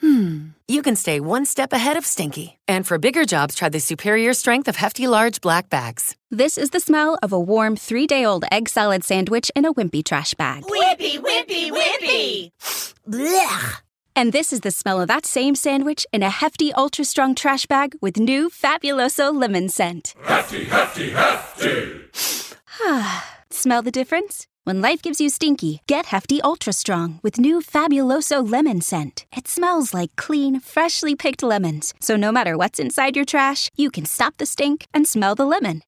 hmm, you can stay one step ahead of stinky. And for bigger jobs, try the superior strength of Hefty Large Black Bags. This is the smell of a warm three day old egg salad sandwich in a wimpy trash bag. Whippy, whippy, whippy! Blech! And this is the smell of that same sandwich in a hefty, ultra strong trash bag with new Fabuloso lemon scent. Hefty, hefty, hefty! Smell the difference? When life gives you stinky, get hefty, ultra strong with new Fabuloso lemon scent. It smells like clean, freshly picked lemons. So no matter what's inside your trash, you can stop the stink and smell the lemon.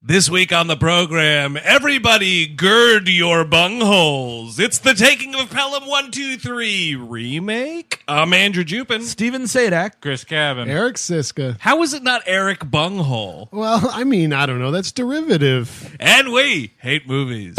This week on the program, everybody gird your bungholes. It's the taking of Pelham 123 remake. I'm Andrew Jupin. Steven Sadak, Chris Cabin. Eric Siska. How is it not Eric Bunghole? Well, I mean, I don't know. That's derivative. And we hate movies.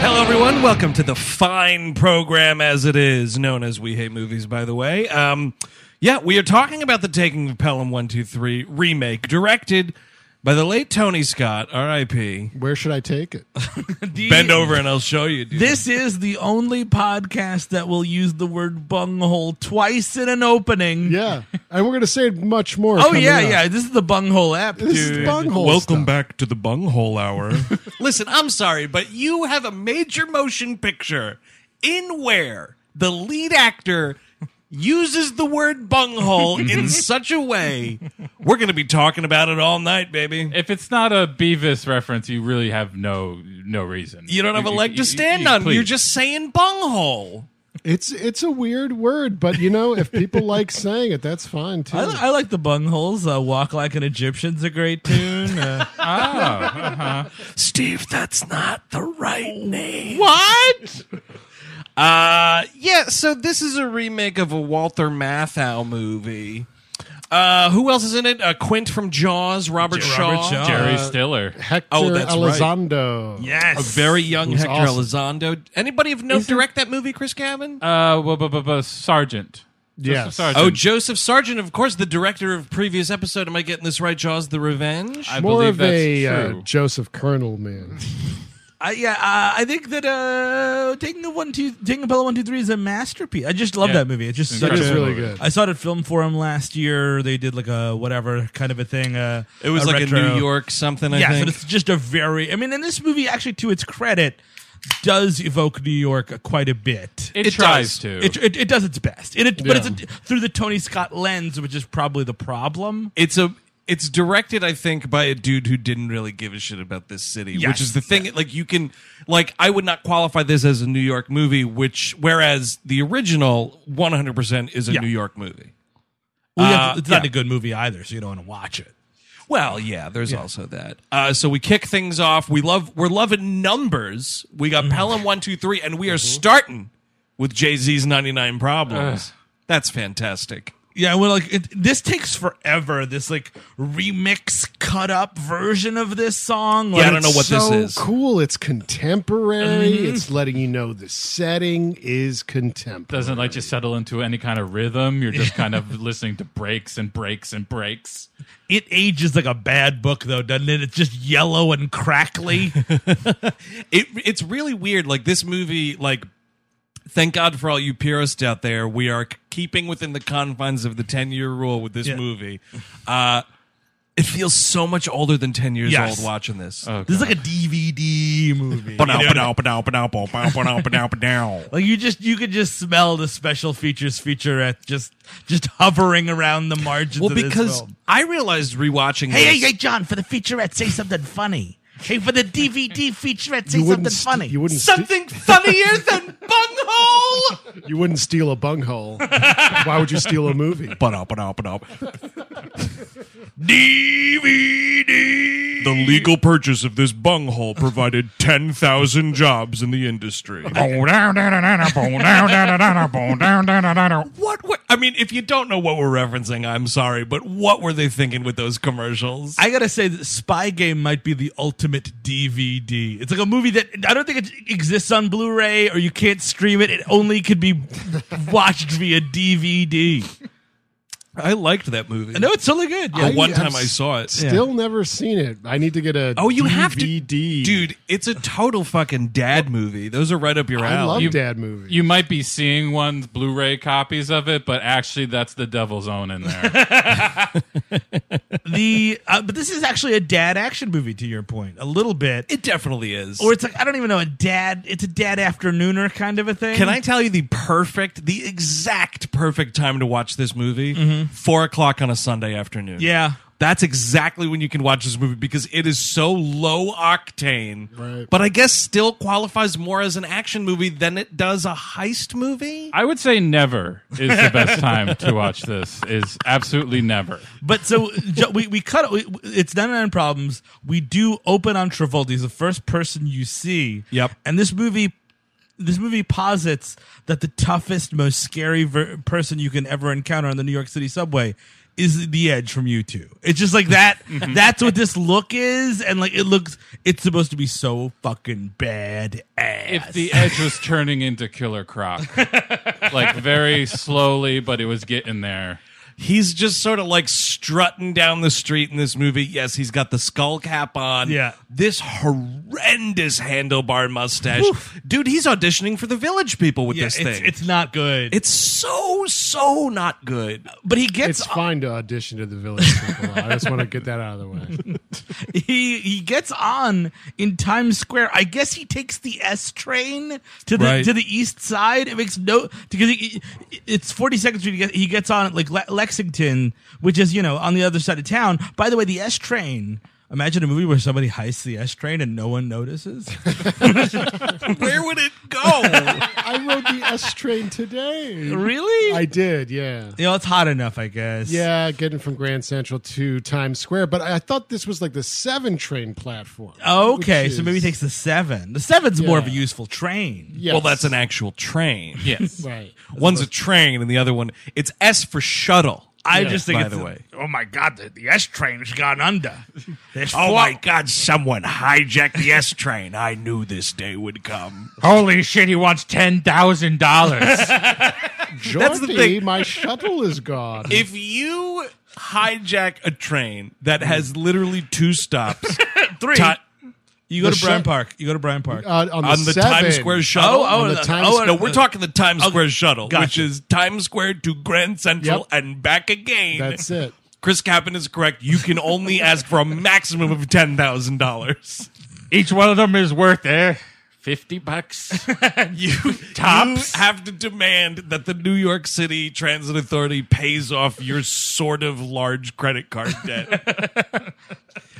Hello, everyone. Welcome to the fine program as it is, known as We Hate Movies, by the way. Um, yeah, we are talking about the Taking of Pelham 123 remake, directed by the late Tony Scott, RIP. Where should I take it? Bend over and I'll show you. dude. This is the only podcast that will use the word bunghole twice in an opening. Yeah. And we're going to say much more. Oh coming yeah, up. yeah. This is the bunghole app, This dude. is bunghole Welcome stuff. back to the bunghole hour. Listen, I'm sorry, but you have a major motion picture in where the lead actor uses the word bunghole in such a way. We're going to be talking about it all night, baby. If it's not a Beavis reference, you really have no no reason. You don't have a leg you- to stand on. please. You're just saying bunghole. It's it's a weird word, but you know, if people like saying it, that's fine too. I, li- I like the bungholes. Uh, Walk like an Egyptian's a great tune. Uh, Steve, that's not the right name. what? Uh, yeah, so this is a remake of a Walter Matthau movie. Uh, who else is in it? Uh, Quint from Jaws, Robert Shaw. Robert Shaw. Jerry uh, Stiller. Hector Oh, that's right. Elizondo. Yes. A very young Who's Hector Elizondo. Anybody of note Is it- direct that movie, Chris Cabin? Uh, bu- bu- bu- bu- Sergeant. Yes. Sergeant. oh, Joseph Sargent, of course, the director of previous episode. Am I getting this right? Jaws the Revenge? I More believe of a that's uh, true. Joseph Colonel man. I, yeah, uh, I think that uh, taking a one two, taking a Pelham one two three is a masterpiece. I just love Yeah. that movie. It's just That such Incredible. is a. really Absolutely. good. I saw it at Film Forum last year. They did like a whatever kind of a thing. Uh, it was like a retro- New York something, I yeah, think. but it's just a very. I mean, and this movie actually, to its credit, does evoke New York quite a bit. It, It tries does. to. It, it, it does its best, it, it- but Yeah. it's a, through the Tony Scott lens, which is probably the problem. it's a it's directed i think by a dude who didn't really give a shit about this city which Yes. is the thing like you can like i would not qualify this as a new york movie which whereas the original 100% is a Yeah. new york movie Well, you Uh, have to- it's not yeah. a good movie either, so you don't want to watch it. well yeah there's also that uh, so we kick things off we love we're loving numbers we Mm-hmm. got pelham 123 and we are starting with jay-z's 99 problems that's fantastic Yeah, well, like it, this takes forever. This like remix, cut up version of this song. Like, I don't know what this so is. cool. It's contemporary. It's letting you know the setting is contemporary. Doesn't like just settle into any kind of rhythm. You're just kind of listening to breaks and breaks and breaks. It ages like a bad book, though, doesn't it? It's just yellow and crackly. it it's really weird. Like this movie, like thank God for all you purists out there. We are keeping within the confines of the ten year rule with this Yeah. movie. Uh, it feels so much older than ten years Yes. Oh, old watching this. this is like a DVD movie. Ba-dow, you know? ba-dow, ba-dow, ba-dow, ba-dow, ba-dow, ba-dow, ba-dow. Like you just you could just smell the special features featurette just just hovering around the margins. well, of this because film. I realized rewatching. hey, hey, this, hey, John, for the featurette, say something funny. Hey, for the DVD featurette, say You something wouldn't st- funny. you wouldn't st- something funnier than bunghole. You wouldn't steal a bunghole. Why would you steal a movie? Ba-da, ba-da, ba-da. DVD. The legal purchase of this bunghole provided 10,000 jobs in the industry. what were, I mean, if you don't know what we're referencing, I'm sorry, but what were they thinking with those commercials? I gotta say, that Spy Game might be the ultimate DVD. It's like a movie that I don't think it exists on Blu-ray or you can't stream it. It only could be watched via DVD. I liked that movie. I know it's totally good. The Yeah. one have time I saw it. Still never seen it. I need to get a Oh, you have to, DVD. dude! It's a total fucking dad movie. Those are right up your alley. I love You- dad movies. You might be seeing one's Blu-ray copies of it, but actually that's the devil's own in there. the uh, but this is actually a dad action movie. To your point, a little bit. it definitely is. or it's like I don't even know a dad. It's a dad afternooner kind of a thing. Can I tell you the perfect, the exact perfect time to watch this movie? Four o'clock on a Sunday afternoon. Mm-hmm. Yeah. That's exactly when you can watch this movie because it is so low octane, Right. but I guess still qualifies more as an action movie than it does a heist movie. I would say never is the best time to watch this. Is absolutely never. But so Jo- we we cut. We, it's 99 problems. We do open on Travolta. He's the first person you see. Yep. And this movie, this movie posits that the toughest, most scary ver- person you can ever encounter on the New York City subway is the edge from you two. It's just like that. Mm-hmm. that's what this look is, and like it looks. It's supposed to be so fucking bad If the edge was turning into Killer Croc, like very slowly, but it was getting there. He's just sort of like strutting down the street in this movie. Yes, he's got the skull cap on. Yeah. This horrendous handlebar mustache. Dude, he's auditioning for the village people with yeah, this it's, thing. it's not good. It's so so not good. but he gets it's fine to audition to the village people. I just want to get that out of the way. he he gets on in Times Square. I guess he takes the S train to the Right. to the east side. It makes no because he, it's 42nd Street. He gets- He gets on at like Le- Lexington, which is you know on the other side of town. By the way, the S train. Imagine a movie where somebody heists the S train and no one notices. Where would it go? I rode the S train today. really? I did, yeah. you know, it's hot enough, I guess. Yeah, getting from Grand Central to Times Square, but I thought this was like the seven train platform. Okay, which so maybe he is- takes the seven. The seven's more of a Yeah. useful train. Yes. Well, that's an actual train. Yes. right. One's a train and the other one it's S for shuttle. I just think by it's the way. Oh my god, the, the S train's gone under. There's Oh four- my god, someone hijacked the S train. I knew this day would come. Holy shit! He wants ten thousand dollars. That's the Jordy, thing. My shuttle is gone. If you hijack a train that has literally two stops three. ti- You go The to Bryant shut- Park. You go to Bryant Park. uh, on the, on the seven, Times Square shuttle. Oh, oh, On the the- Times- oh, no, we're the- talking the Times oh, Square shuttle, gotcha. which is Times Square to Grand Central Yep. and back again. That's it. Chris Kappen is correct. You can only ask for a maximum of ten thousand dollars. Each one of them is worth eh, fifty bucks. You Tops. you have to demand that the New York City Transit Authority pays off your sort of large credit card debt.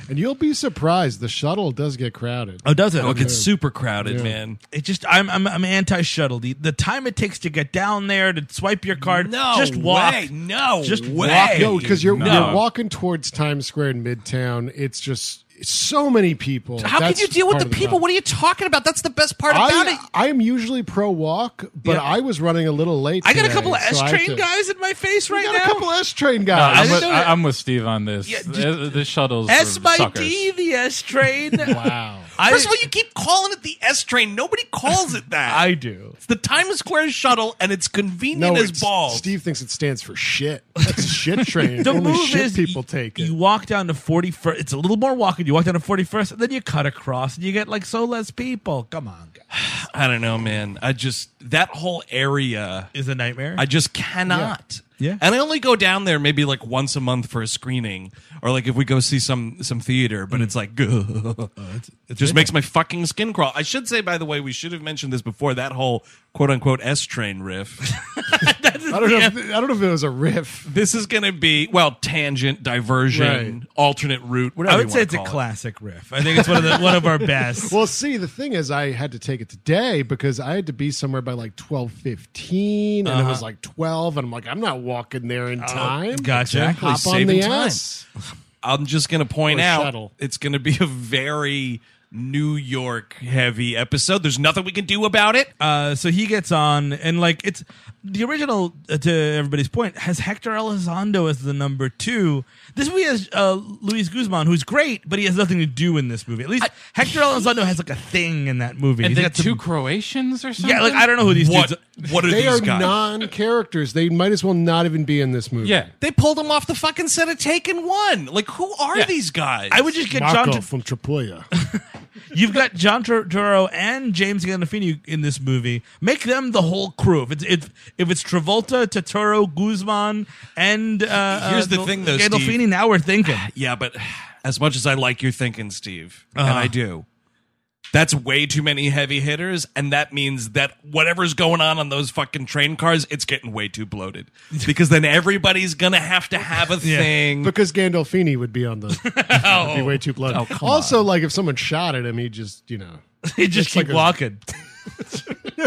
And you'll be surprised. The shuttle does get crowded. oh, does it? Look, it's super crowded, man. It just I'm I'm, I'm anti shuttle. The, the time it takes to get down there to swipe your card. No, just walk. way. No, Just way. walk. No, because you're No. you're walking towards Times Square in Midtown. It's just so many people. How That's can you deal with part the of people? problem. What are you talking about? That's the best part about I, it. I am usually pro walk, but Yeah. I was running a little late. I got a today, couple of so I S had train to- guys in my face I right got now. a couple of S train I'm, guys. didn't with, know that. I, am with Steve on this. Yeah, just- the, the shuttle's S for by suckers. D, the S train. wow. First of all, you keep calling it the S train. Nobody calls it that. I do. it's the Times Square shuttle, and it's convenient No, as it's- balls. Steve thinks it stands for shit. That's a shit train. The Only move shit is people y- take You it. walk down to 41st. It's a little more walking. You walk down to 41st, and then you cut across, and you get like so less people. Come on, guys. I don't know, man. I just that whole area. Is a nightmare. I just cannot. Yeah. Yeah. And I only go down there maybe like once a month for a screening or like if we go see some some theater, but it's like it just makes my fucking skin crawl. I should say by the way, we should have mentioned this before that whole quote unquote S train riff. I don't know. If, I don't know if it was a riff. this is going to be well, tangent, diversion, Right. alternate route, whatever I you would say wanna it's a call it. classic riff. I think it's one of the, one of our best. Well, see, the thing is, I had to take it today because I had to be somewhere by like twelve fifteen, and Uh-huh. it was like twelve, and I'm like, I'm not walking there in time. gotcha. Exactly, Hop on Oh, saving the time. ass. I'm just going to point Or out shuttle. it's going to be a very New York heavy episode. There's nothing we can do about it. Uh, so he gets on, and like it's the original. Uh, to everybody's point, has Hector Elizondo as the number two. This movie has uh, Luis Guzman, who's great, but he has nothing to do in this movie. At least Hector Elizondo has like a thing in that movie. And He's the got two some- Croatians or something. yeah, like I don't know who these what dudes. what are They these are guys? non-characters. They might as well not even be in this movie. Yeah, they pulled him off the fucking set of Taken One. Like, who are Yeah. these guys? I would just get John. Marco Tra- from Tripolia. You've got John Turturro and James Gandolfini in this movie. Make them the whole crew. If it's if, if it's Travolta, Turturro, Guzman, and uh, Here's uh, the thing, though, Gandolfini. Steve. Now we're thinking. yeah, but as much as I like your thinking, Steve, and I do, that's way too many heavy hitters, and that means that whatever's going on on those fucking train cars, it's getting way too bloated. Because then everybody's gonna have to have a thing. because Gandolfini would be on the Oh. would be way too blood. also, like if someone shot at him, he just you know. He just It's like keep a- walking.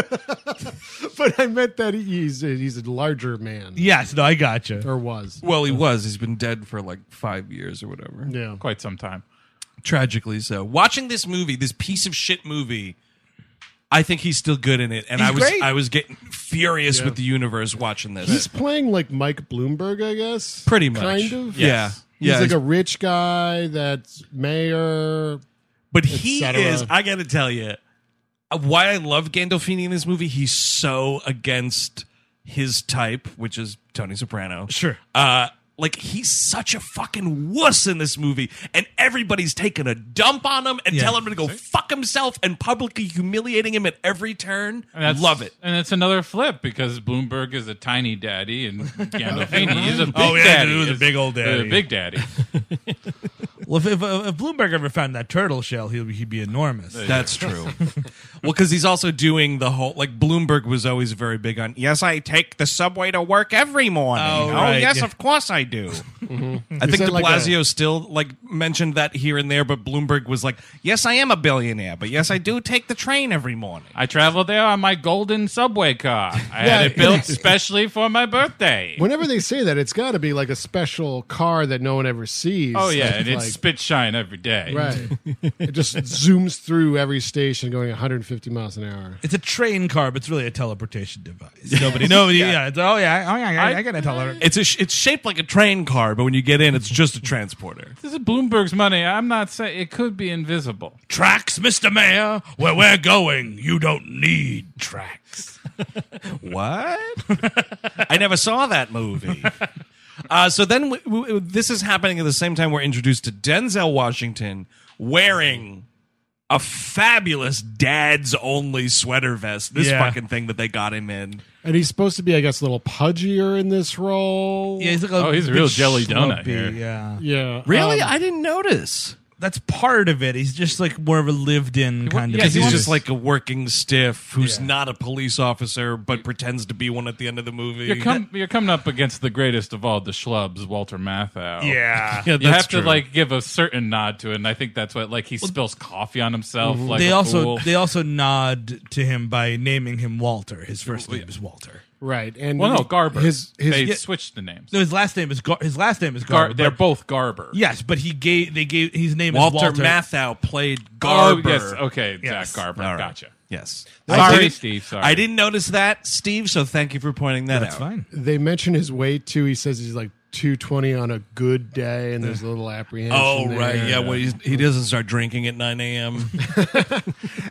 But I meant that he's a, he's a larger man Yes, no, I gotcha. or was. well, he was. He's been dead for like five years or whatever. Yeah, quite some time. Tragically so. Watching this movie, this piece of shit movie. I think he's still good in it, and I was great. I was getting furious Yeah. with the universe watching this. he's playing like Mike Bloomberg, I guess. Pretty much. kind of. Yeah. he's Yeah, like he's- a rich guy that's mayor. But he cetera. is, I got to tell you, why I love Gandolfini in this movie, he's so against his type, which is Tony Soprano. Sure. Uh, like he's such a fucking wuss in this movie, and everybody's taking a dump on him and Yeah. telling him to go fuck himself and publicly humiliating him at every turn. And that's, Love it. And it's another flip because Bloomberg is a tiny daddy and Gandolfini is a big Oh, yeah, daddy. dude, the It's- big old they're The daddy. big daddy. Well, if, if, if Bloomberg ever found that turtle shell, he'd, he'd be enormous. That's true. well, because he's also doing the whole like Bloomberg was always very big on. Yes, I take the subway to work every morning. Oh, Oh, right, yes, yeah. of course I do. I think that De like Blasio still like mentioned that here and there, but Bloomberg was like, "Yes, I am a billionaire, but yes, I do take the train every morning." I traveled there on my golden subway car. I had it built specially for my birthday. Whenever they say that, it's got to be like a special car that no one ever sees. Oh yeah, Like- and it's like- spit shine every day. right. it just zooms through every station, going 150 miles an hour. It's a train car, but it's really a teleportation device. Nobody, nobody, yeah. it's, oh yeah, oh yeah, yeah, I, got a teleport. It's a sh- it's shaped like a train car, but when you get in, it's just a transporter. This is Bloomberg's money. I'm not saying it could be invisible. Tracks, Mister Mayor, where we're going, you don't need tracks. What? I never saw that movie. Uh, so then w- w- this is happening at the same time we're introduced to Denzel Washington wearing a fabulous dad's only sweater vest. This Yeah. fucking thing that they got him in. And he's supposed to be, I guess, a little pudgier in this role. Yeah, he's like a Oh, he's a big real jelly donut schlumpy, here. Yeah, Yeah. um, I didn't notice. that's part of it. He's just like more of a lived-in wa- kind yeah, of. he He's Yes. just like a working stiff who's Yeah. not a police officer but pretends to be one at the end of the movie. You're, com- you're coming up against the greatest of all the schlubs, Walter Matthau. yeah. Yeah, You that's have true. to like give a certain nod to it, and I think that's what like he spills coffee on himself. Like Mhm. they a also fool. Oh, they also nod to him by naming him Walter. His first name is Walter. right. And Well, no, Garber. His his they switched the names. No, his last name is Gar- his last name is Gar- Garber. they're but- both Garber. yes, but he gave they gave his name Walter, is Walter. Matthau played Oh, Garber. yes. Okay, Yes. Zach Garber. All right. Gotcha. Yes. I didn't- Steve, sorry. I didn't notice that, Steve. So thank you for pointing that That's out. fine. they mention his weight too. He says he's like two twenty on a good day, and there's a little apprehension. Oh right, there. yeah. Well, he's, he doesn't start drinking at nine a.m.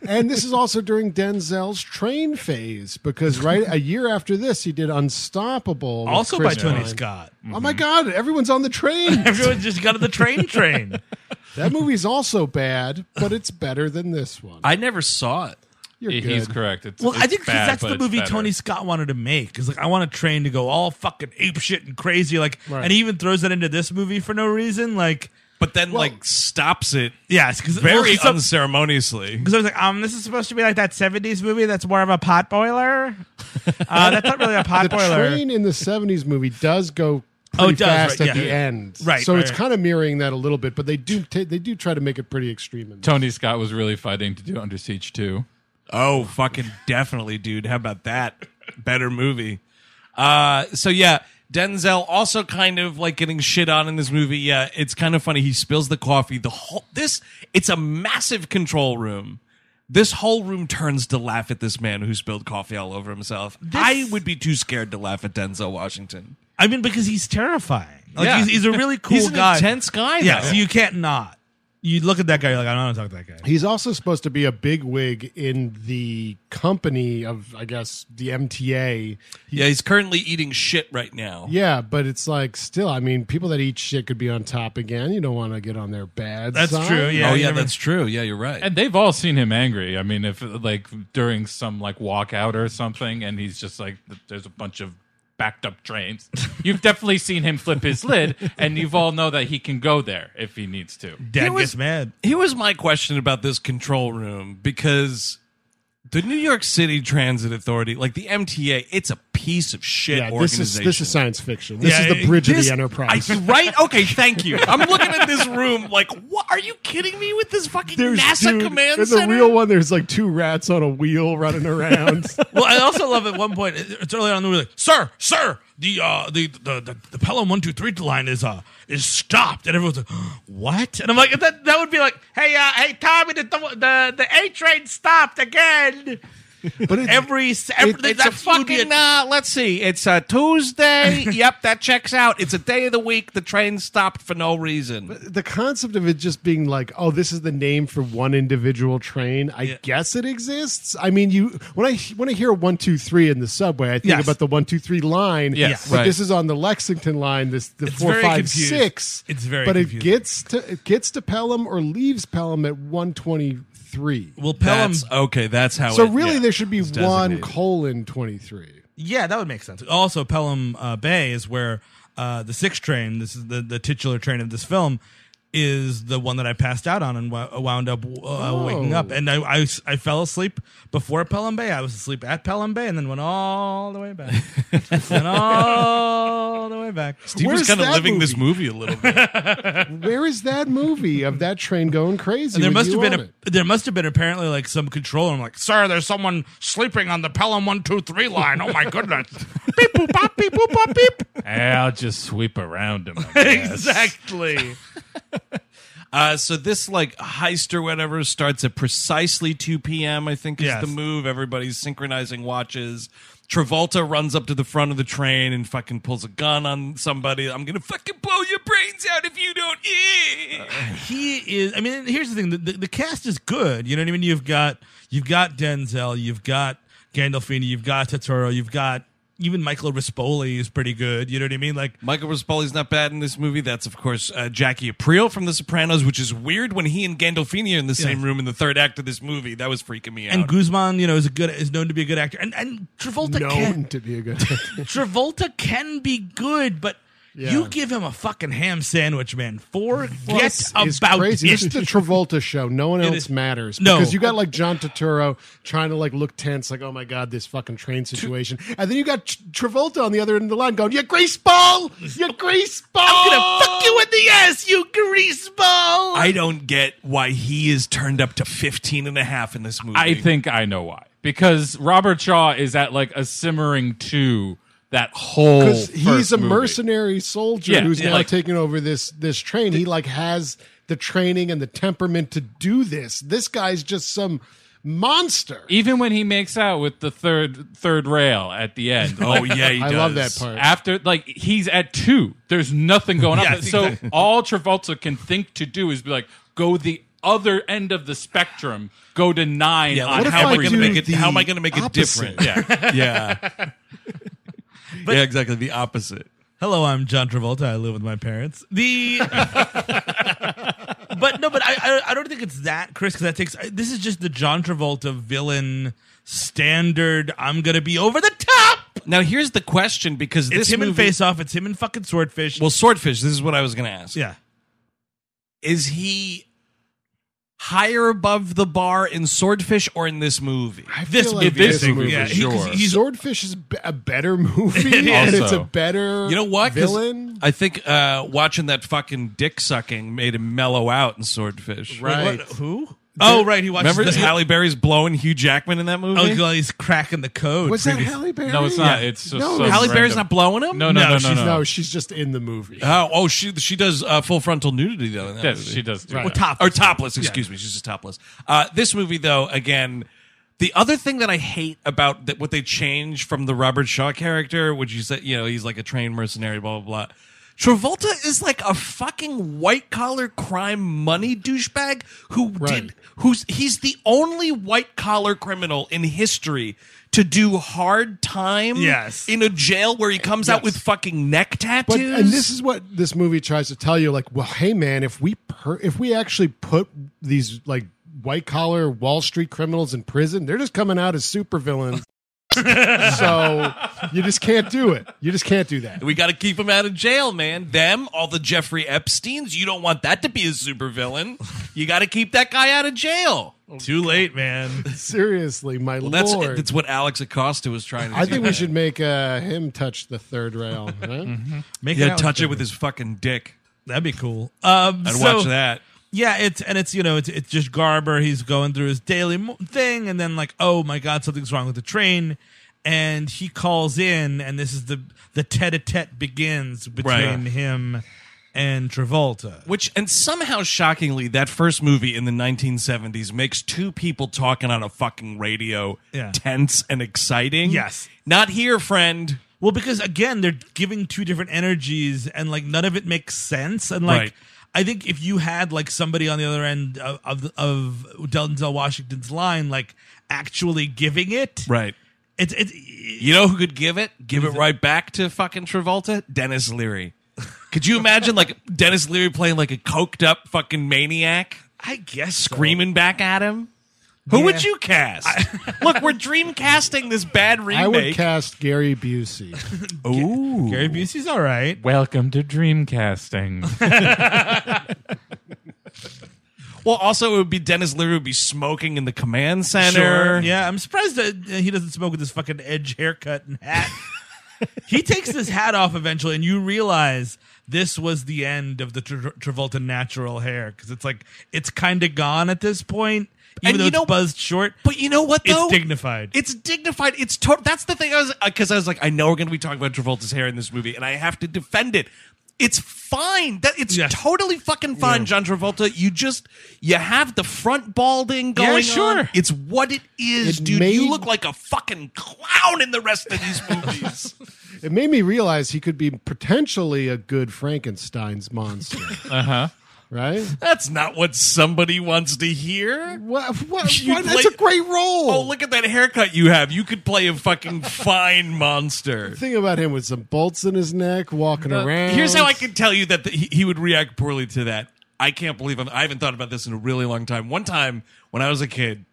And this is also during Denzel's train phase because right a year after this he did Unstoppable. with Also Chris by Tony Pine. Scott. Oh my God! Everyone's on the train. Everyone just got on the train train. that movie's also bad, but it's better than this one. I never saw it. You're He- good. He's correct. It's, Well, I it's think 'cause bad, that's but the it's movie better. E. Tony Scott wanted to make. Cause like I want a train to go all fucking ape shit and crazy, like, Right. and he even throws that into this movie for no reason. Like, But then, like, stops it yes, because very unceremoniously. Because I was like, um, this is supposed to be like that '70s movie that's more of a pot boiler. Uh, that's not really a pot the boiler. train in the '70s movie does go. Oh, it Pretty does, fast right, at yeah. the end, Right, So right, it's right. kind of mirroring that a little bit, but they do ta- they do try to make it pretty extreme. In this. Tony Scott was really fighting to do Under Siege 2. Oh, fucking definitely, dude. How about that? Better movie. Uh, so yeah, Denzel also kind of like getting shit on in this movie. Yeah, it's kind of funny. He spills the coffee. The whole this it's a massive control room. This whole room turns to laugh at this man who spilled coffee all over himself. I would be too scared to laugh at Denzel Washington. I mean, because he's terrifying. Like Yeah. he's, he's a really cool He's an guy. intense guy. Yeah, though. so you can't not. You look at that guy, you're like, I don't want to talk to that guy. He's also supposed to be a bigwig in the company of, I guess, the MTA. yeah, he's currently eating shit right now. Yeah, but it's like still, I mean, people that eat shit could be on top again. You don't want to get on their bad That's side. true. Yeah. oh yeah, you never- that's true. Yeah, you're right. And they've all seen him angry. I mean, if like during some like walkout or something, and he's just like, there's a bunch of backed up trains. You've definitely seen him flip his lid, and you've all know that he can go there if he needs to. Dad was- gets mad. Here was my question about this control room because the New York City Transit Authority, like the MTA, it's a piece of shit Yeah, this organization. is this is science fiction. This Yeah, is the bridge of This- the enterprise. I- right? Okay, thank you. I'm looking at this room like, what? Are you kidding me with this fucking NASA dude, command in the center? real one. There's like two rats on a wheel running around. Well, I also love at one point. It's early on in the movie. Like, sir, sir, the uh, the the the, the Pelham one two three line is uh is stopped, and everyone's like, what? And I'm like, that that would be like, hey, uh, hey, Tommy, the the the A train stopped again. But it's, Every, s- every It- it's a that's would be fucking. uh, let's see. It's a Tuesday. yep, that checks out. It's a day of the week. The train stopped for no reason. the concept of it just being like, oh, this is the name for one individual train. I guess it exists. I mean, you when I when I hear one two three in the subway, I think Yes. about the one two three line. Yes. but Right. this is on the Lexington line. This the It's four very five confused. six. It's very But confusing. it gets to it gets to Pelham or leaves Pelham at one twenty three. Well, Pelham. That's- okay, that's how So it- really, yeah. there should be It's one designated. colon twenty three. yeah, that would make sense. Also, Pelham uh, Bay is where uh, the sixth train. This is the the titular train of this film. Is the one that I passed out on and wo- wound up uh, waking Oh. up, and I, I s- I fell asleep before Pelham Bay. I was asleep at Pelham Bay, and then went all the way back, went all the way back. Steve was Where's kind of that living this movie? movie a little bit. Where is that movie of that train going crazy? And there with must you have been on a, it? there must have been apparently like some control. I'm like, sir, there's someone sleeping on the Pelham one two three line. Oh my goodness! beep boop pop beep boop pop beep. I'll just sweep around him. Exactly. Uh, so this like heist or whatever starts at precisely 2 p.m. I think is Yes. the move. Everybody's synchronizing watches. Travolta runs up to the front of the train and fucking pulls a gun on somebody. I'm gonna fucking blow your brains out if you don't. Eh. he is. I mean, here's the thing: the, the, the cast is good. You know what I mean? You've got you've got Denzel, you've got Gandolfini, you've got Totoro, you've got even Michael Rispoli is pretty good. You know what I mean? Like Michael Rispoli's not bad in this movie. That's of course uh, Jackie Aprile from The Sopranos, which is weird when he and Gandolfini are in the same room in the third act of this movie. That was freaking me out. and Guzman, you know, is a good is known to be a good actor, and and Travolta known can to be a good. Travolta can be good, but. Yeah. You give him a fucking ham sandwich, man. Forget This is about crazy. This is it. the Travolta show. No one else is- matters. No. because you got like John Turturro trying to like look tense, like oh my god, this fucking train situation, and then you got Tr- Travolta on the other end of the line going, "You grease ball, you grease ball." I'm gonna fuck you in the ass, you greaseball. I don't get why he is turned up to 15 and a half in this movie. I think I know why. because Robert Shaw is at like a simmering two that whole because he's first a movie. mercenary soldier Yeah, who's yeah, now like- taking over this this train. He like has the training and the temperament to do this. This guy's just some monster. Even when he makes out with the third third rail at the end, Oh yeah, he I does. love that part. after like he's at two. There's nothing going on. Yeah, so exactly. all Travolta can think to do is be like, go the other end of the spectrum, go to nine Yeah, on like, if how how am I I going to do make it? the How am I going to make it opposite? different? Yeah, yeah, yeah. Exactly the opposite. Hello, I'm John Travolta. I live with my parents. The but no, but I, I I don't think it's that Chris because that takes I- this is just the John Travolta villain standard. I'm gonna be over the top. Now here's the question because It's this him in movie- Face Off. It's him in fucking Swordfish. Well, Swordfish. This is what I was going to ask. yeah, is he higher above the bar in Swordfish or in this movie? I feel this like movie, this movie, yeah, for he- 'cause sure. he's Swordfish is b- a better movie, and it's a Also. better You know what? 'Cause villain. I think uh, watching that fucking dick sucking made him mellow out in Swordfish. Right. What- who? Oh, right. He watches. Remember the, this? Halle Berry's blowing Hugh Jackman in that movie. Oh, well, he's cracking the code. Was that Previous- Halle Berry? No, it's not. It's just No, so it's- Halle random. Berry's not blowing him. No, no, No, no, no, she's, no. Uh, no, she's just in the movie. Oh, oh, she she does uh, full frontal nudity though. In that Yes, movie. she does do Well, that. top or topless. Excuse me, she's just topless. Uh, this movie, though, again, the other thing that I hate about that what they changed from the Robert Shaw character, which you said, you know, he's like a trained mercenary, blah blah blah. Travolta is like a fucking white collar crime money douchebag who Right. did who's he's the only white collar criminal in history to do hard time Yes. in a jail where he comes out with fucking neck tattoos. But and this is what this movie tries to tell you: like, well, hey, man, if we per- if we actually put these like white collar Wall Street criminals in prison, they're just coming out as supervillains. so you just can't do it. You just can't do that. We got to keep him out of jail, man. Them, all the Jeffrey Epsteins, you don't want that to be a supervillain. You got to keep that guy out of jail. Too late, man. Seriously, my Well, that's lord. that's what Alex Acosta was trying to I do. think we man. should make uh, him touch the third rail. Right? Mm-hmm. Make Yeah, out touch it him. with his fucking dick. That'd be cool. Um, I'd so- watch that. Yeah, it's and it's you know it's it's just Garber. He's going through his daily mo- thing, and then like, oh my god, something's wrong with the train, and he calls in, and this is the the tete-a-tete begins between Right. him and Travolta. Which, and somehow shockingly, that first movie in the 1970s makes two people talking on a fucking radio Yeah. tense and exciting. Yes. Not here, friend. Well, because again, they're giving two different energies, and like none of it makes sense. And like, Right. I think if you had like somebody on the other end of of, of Denzel Washington's line, like actually giving it, Right. It's it's You know who could give it? Give it right back to fucking Travolta? Dennis Leary. Could you imagine like Dennis Leary playing like a coked up fucking maniac? I guess screaming back at him. Who would you cast? Look, we're dream casting this bad remake. I would cast Gary Busey. Ooh. Gary Busey's all right. Welcome to Dreamcasting. Well, also it would be Dennis Leary would be smoking in the command center. Sure. Yeah, I'm surprised that uh, he doesn't smoke with his fucking edge haircut and hat. he takes this hat off eventually, and you realize this was the end of the Tra- Travolta natural hair because it's like it's kind of gone at this point, And even though you it's know- buzzed short. But you know what It's though? dignified. It's dignified. It's to- that's the thing I was because I was like I know we're going to be talking about Travolta's hair in this movie and I have to defend it. It's fine. That it's Yeah. totally fucking fine, John Travolta. You just you have the front balding going sure. on. It's what it is, It dude. made- You look like a fucking clown in the rest of these movies. It made me realize he could be potentially a good Frankenstein's monster. Uh huh. Uh-huh. Right? that's not what somebody wants to hear. What? What? You what? That's play- a great role. Oh, look at that haircut you have. You could play a fucking fine monster. The thing about him with some bolts in his neck, walking around. Uh, Here's how I can tell you that the, he, he would react poorly to that. I can't believe I'm, I haven't thought about this in a really long time. One time when I was a kid,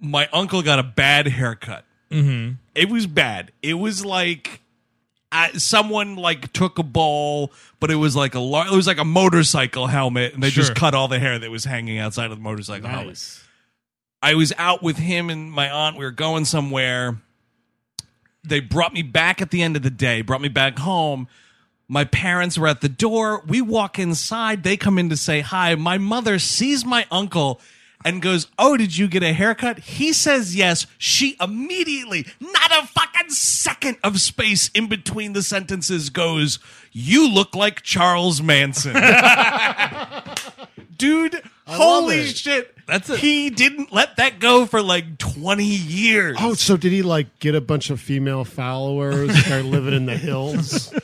my uncle got a bad haircut. Mm-hmm. It was bad. It was like I, someone like took a ball, but it was like a lar- it was like a motorcycle helmet, and they just Sure. cut all the hair that was hanging outside of the motorcycle helmet. I was out with him and my aunt. We were going somewhere. They brought me back at the end of the day, brought me back home. My parents were at the door. We walk inside. They come in to say hi. My mother sees my uncle and goes, "Oh, did you get a haircut?" He says yes. She immediately, not a fucking second of space in between the sentences, goes, "You look like Charles Manson." Dude, holy it. shit. That's it. He didn't let that go for like 20 years. Oh, so did he like get a bunch of female followers, start living in the hills?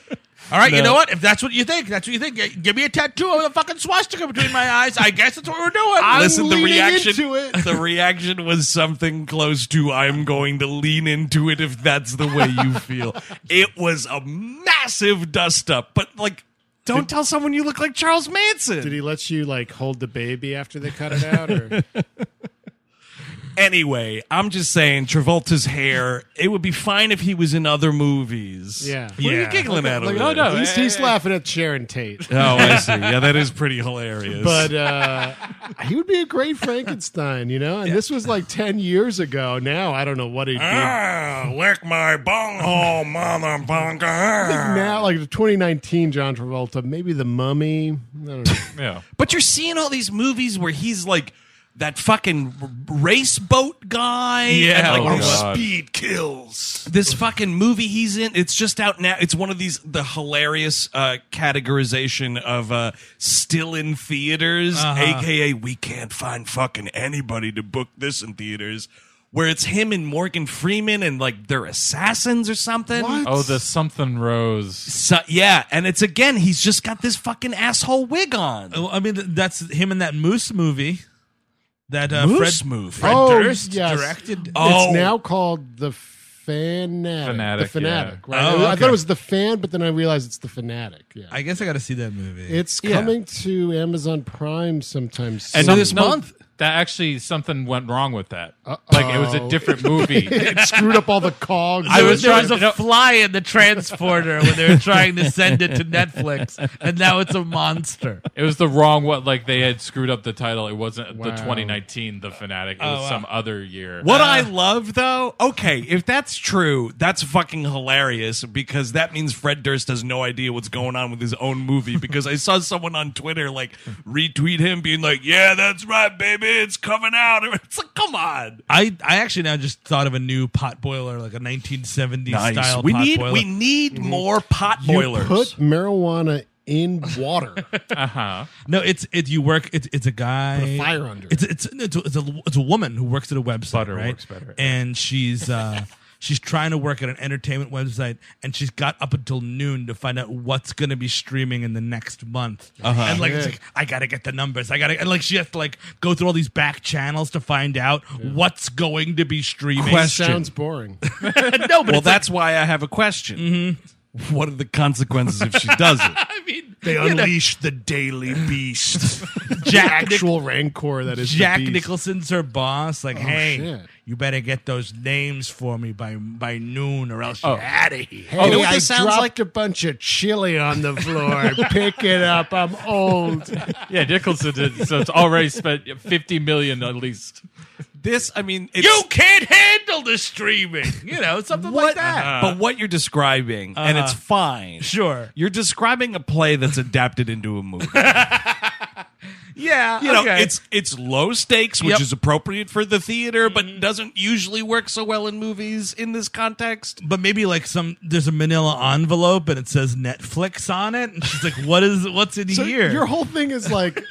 All right, you know what? If that's what you think, that's what you think. G- Give me a tattoo of a fucking swastika between my eyes. I guess that's what we're doing. I'm Listen, the leaning reaction into it. the reaction was something close to I'm going to lean into it if that's the way you feel. it was a massive dust up, but like don't tell someone you look like Charles Manson. Did he let you like hold the baby after they cut it out? Or anyway, I'm just saying Travolta's hair, it would be fine if he was in other movies. Yeah. oh, What are you giggling at over no, there? no. he's, he's laughing at Sharon Tate, Oh, I see. Yeah, that is pretty hilarious. but uh, he would be a great Frankenstein, you know. And this was like ten years ago. Now I don't know what he did. Ah, lick my bunghole, mother bunker. now, like the 2019 John Travolta, maybe the Mummy. I don't know. Yeah. But you're seeing all these movies where he's like that fucking r- race boat guy. Yeah. and, Oh, like, God. speed kills. This fucking movie he's in, it's just out now. It's one of these the hilarious uh, categorization of uh, still in theaters, aka we can't find fucking anybody to book this in theaters. Where it's him and Morgan Freeman and like they're assassins or something. Oh, the something rose. So, yeah, and it's again he's just got this fucking asshole wig on. Well, I mean, th- that's him in that Moose movie. That uh, Moose Fred, movie? Fred Oh, Durst yes. directed. Oh. It's now called the fanatic. Fanatic, the fanatic, yeah. right? Oh, I okay. thought it was the fan, but then I realized it's the fanatic. Yeah. I guess I got to see that movie. it's Yeah. coming to Amazon Prime sometime soon. And this No, month. That actually something went wrong with that. Like it was a different movie. it screwed up all the cogs. I was there trying was to a fly in the transporter when they were trying to send it to Netflix, and now it's a monster. It was the wrong what like they had screwed up the title. It wasn't the Wow. 2019 The Fanatic. It was some other year. Oh, What uh, I love though, okay, if that's true, that's fucking hilarious because that means Fred Durst has no idea what's going on with his own movie. Because I saw someone on Twitter like retweet him being like, Yeah, that's right, baby, it's coming out. It's like, come on. I, I actually now just thought of a new pot boiler, like a 1970s style We pot need boiler. we need more pot you boilers. put marijuana in water. No, it's it. You work. It's it's a guy. Put a fire under It's it's it's a, it's a, it's a woman who works at a website. Butter right? works better. And she's uh, she's trying to work at an entertainment website, and she's got up until noon to find out what's going to be streaming in the next month. Uh-huh. And like, it's like I gotta get the numbers. I gotta and like she has to like go through all these back channels to find out what's going to be streaming. Sounds boring. no, well, but it's like- Mm-hmm. that's why I have a question. What are the consequences if she does it? I mean, They you know, unleash the daily beast. Jack Nich- Actual rancor that is the Jack beast. Nicholson's her boss. Like, hey, Oh, shit. you better get those names for me by by noon, or else Oh. you're out of here. Hey, know what I this sounds dropped like? a bunch of chili on the floor. Pick it up. I'm old. Yeah, Nicholson did. So it's already spent 50 million at least. This, I mean, it's, You can't handle the streaming, you know, something like that. uh, But what you're describing, and it's fine. Sure. You're describing a play that's adapted into a movie. Yeah, You know, okay. it's it's low stakes, which Yep. is appropriate for the theater, Mm-hmm. but doesn't usually work so well in movies in this context. but maybe like some there's a Manila envelope and it says Netflix on it, and she's like, "What is what's in So here?" Your whole thing is like,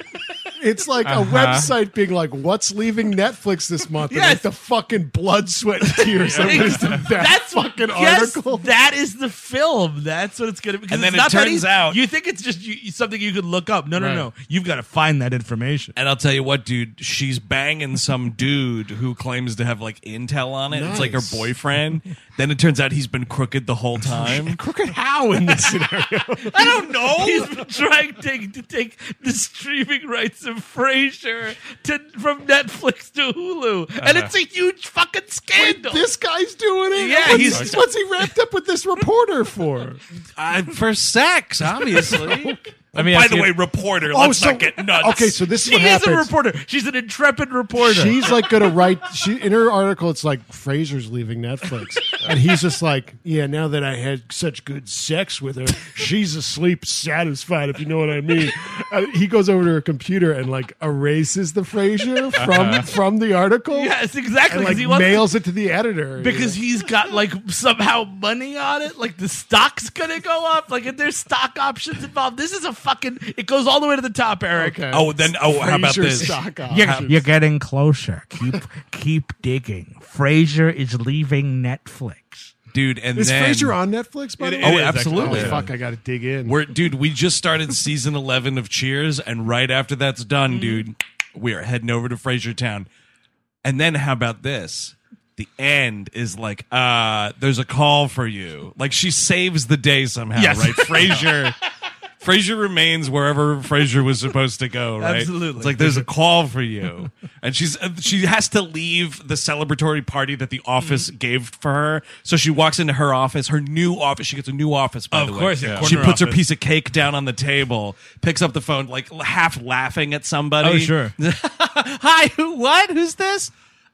it's like a website being like, "What's leaving Netflix this month?" And Yes. like the fucking blood, sweat, and tears. that was the- that That's fucking yes, article. That is the film. That's what it's gonna be. 'Cause And then it's it not that turns easy. out- you think it's just you, something you could look up. No, no, Right. no. You've got to find that information. And I'll tell you what, dude, she's banging some dude who claims to have like intel on it. It's like her Nice. boyfriend. then it turns out he's been crooked the whole time. Crooked how in this scenario? I don't know. He's been trying to take, to take the streaming rights of Frasier to from Netflix to Hulu, and Uh-huh. it's a huge fucking scandal. this guy's doing it. Yeah, what's, he's- what's he wrapped up with this reporter for? uh, for sex, obviously. Let me By ask the you- way, reporter, Oh, let's so- not get nuts. okay, so this is She what is a happens. reporter. She's an intrepid reporter. She's like gonna write she in her article it's like Fraser's leaving Netflix. And he's just like, Yeah, now that I had such good sex with her, she's asleep satisfied, if you know what I mean. Uh, he goes over to her computer and like erases the Frasier from from the article. yes, And exactly. 'cause like he wants- mails it to the editor. because he's got like somehow money on it. Like the stock's gonna go up. Like if there's stock options involved, this is a fucking. It goes all the way to the top, Eric. okay. Oh, then oh, how about Frasier this? stock You're, options. you're getting closer. Keep keep digging. Frasier is leaving Netflix. dude? And Is then Frasier on Netflix, by the way? oh, absolutely. Oh, fuck, I gotta dig in. We're dude, we just started season eleven of Cheers, and right after that's Mm. done, dude, we are heading over to Fraser Town. And then how about this? The end is like, uh, there's a call for you. Like she saves the day somehow, Yes. right? Frasier. Frasier remains wherever Frasier was supposed to go, right? Absolutely. It's like there's a call for you. And she's uh, she has to leave the celebratory party that the office Mm. gave for her. So she walks into her office, her new office. She gets a new office, by Of the way. course, yeah. She Corner puts her office. piece of cake down on the table, picks up the phone, like l- half laughing at somebody. Oh, sure. Hi, who what? Who's this?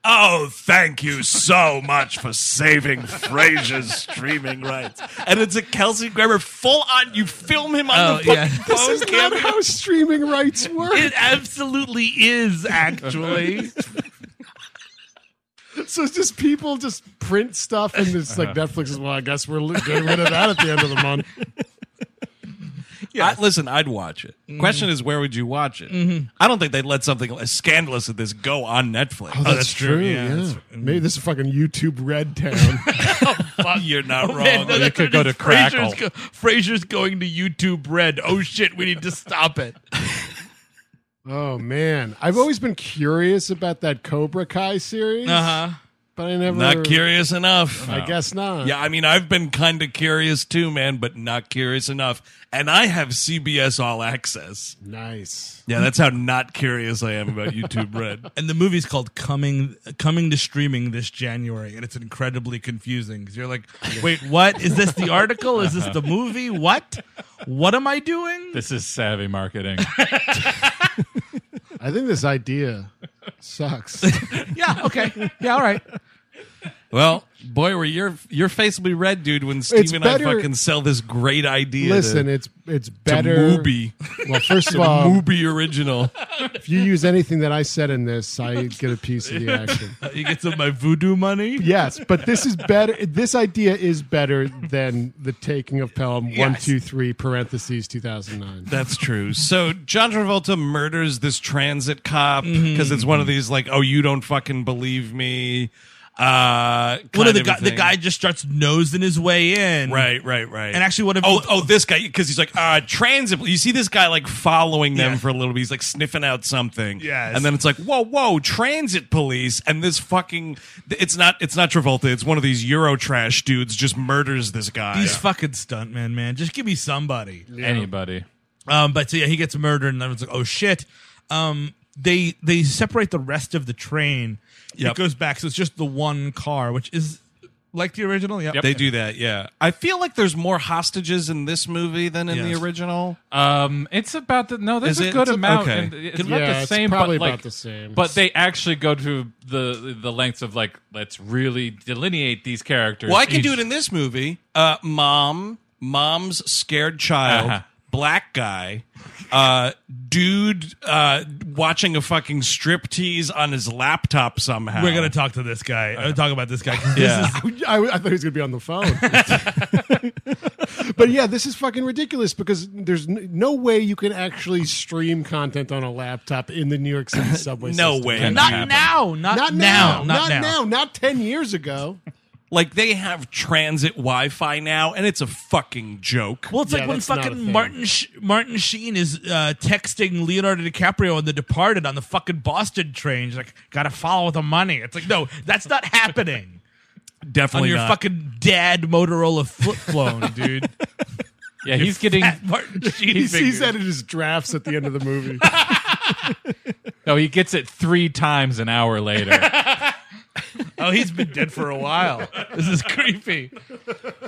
Oh, thank you so much for saving Frasier's streaming rights. And it's a Kelsey Grammer full on. You film him on Oh, the fucking yeah. phone this is not camera. how streaming rights work. It absolutely is actually. So it's just people just print stuff, and it's like Uh-huh. Netflix is well. I guess we're li- getting rid of that at the end of the month. Oh, I, listen, I'd watch it. Mm-hmm. Question is, where would you watch it? I don't think they'd let something as scandalous as this go on Netflix. Oh, that's true, yeah, that's- Maybe this is fucking YouTube Red Town. fuck, you're not wrong. Oh, Man, no, Oh, you that's could what go it is. to Crackle. Frasier's, go- Frasier's going to YouTube Red. Oh shit, we need to stop it. oh man, I've always been curious about that Cobra Kai series, Uh huh. but I never. not curious enough. Oh, I guess not. Yeah, I mean, I've been kind of curious too, man, but not curious enough. And I have CBS All Access. Nice. Yeah, that's how not curious I am about YouTube Red. and the movie's called coming coming to streaming this january and it's incredibly confusing because you're like wait what is this the article is this the movie what what am i doing This is savvy marketing. I think this idea sucks. yeah okay yeah all right Well, boy, were your your face will be red, dude, when Steve It's and I better- fucking sell this great idea. Listen, to, it's um, it's to better. Mubi, Well, first of the all, Mubi original. if you use anything that I said in this, I get a piece of the action. you get some of my voodoo money Yes, but this is better. This idea is better than the taking of Pelham one two three parentheses two thousand nine. That's true. So John Travolta murders this transit cop because Mm-hmm. it's one of these like, oh, you don't fucking believe me. Uh, one kind of the guy, the thing. guy just starts nosing his way in Right, right, right. And actually, one of- oh, oh, this guy because he's like uh transit. You see this guy like following them Yeah. for a little bit. He's like sniffing out something. Yes. and then it's like whoa, whoa, transit police. And this fucking it's not it's not Travolta. It's one of these Euro trash dudes just murders this guy. He's fucking stuntman, man. Just give me somebody. Anybody. Um, but so yeah, he gets murdered, and everyone's like, "Oh shit!" Um, they they separate the rest of the train. Yep. It goes back, so it's just the one car, which is like the original. Yeah, They do that, yeah. I feel like there's more hostages in this movie than in Yes. the original. Um, it's about the no. There's Is a it? good It's a- amount. okay. and it's about Yeah, the it's same. probably but like, about the same. But they actually go to the the lengths of like let's really delineate these characters. Well, I can each- do it in this movie. Uh, mom, mom's scared child, Uh-huh. black guy, uh, dude uh, watching a fucking striptease on his laptop somehow. We're gonna talk to this guy. I'm gonna talk about this guy. 'cause Yeah. This is, I, I thought he was going to be on the phone. but yeah, this is fucking ridiculous because there's n- no way you can actually stream content on a laptop in the New York City subway. No system. way. not happen. now. Not, Not now. Not, now. Not ten years ago. Like they have transit Wi-Fi now, and it's a fucking joke. Well, it's Yeah, like when that's not a fucking thing. Martin Sh- Martin Sheen is uh, texting Leonardo DiCaprio in The Departed on the fucking Boston train. He's like, gotta follow the money. It's like, no, that's not happening on Definitely your not. fucking dad Motorola flip phone, dude. Yeah, he's getting. Martin Sheen. He figure. sees that in his drafts at the end of the movie. No, he gets it three times an hour later. Oh, he's been dead for a while. This is creepy.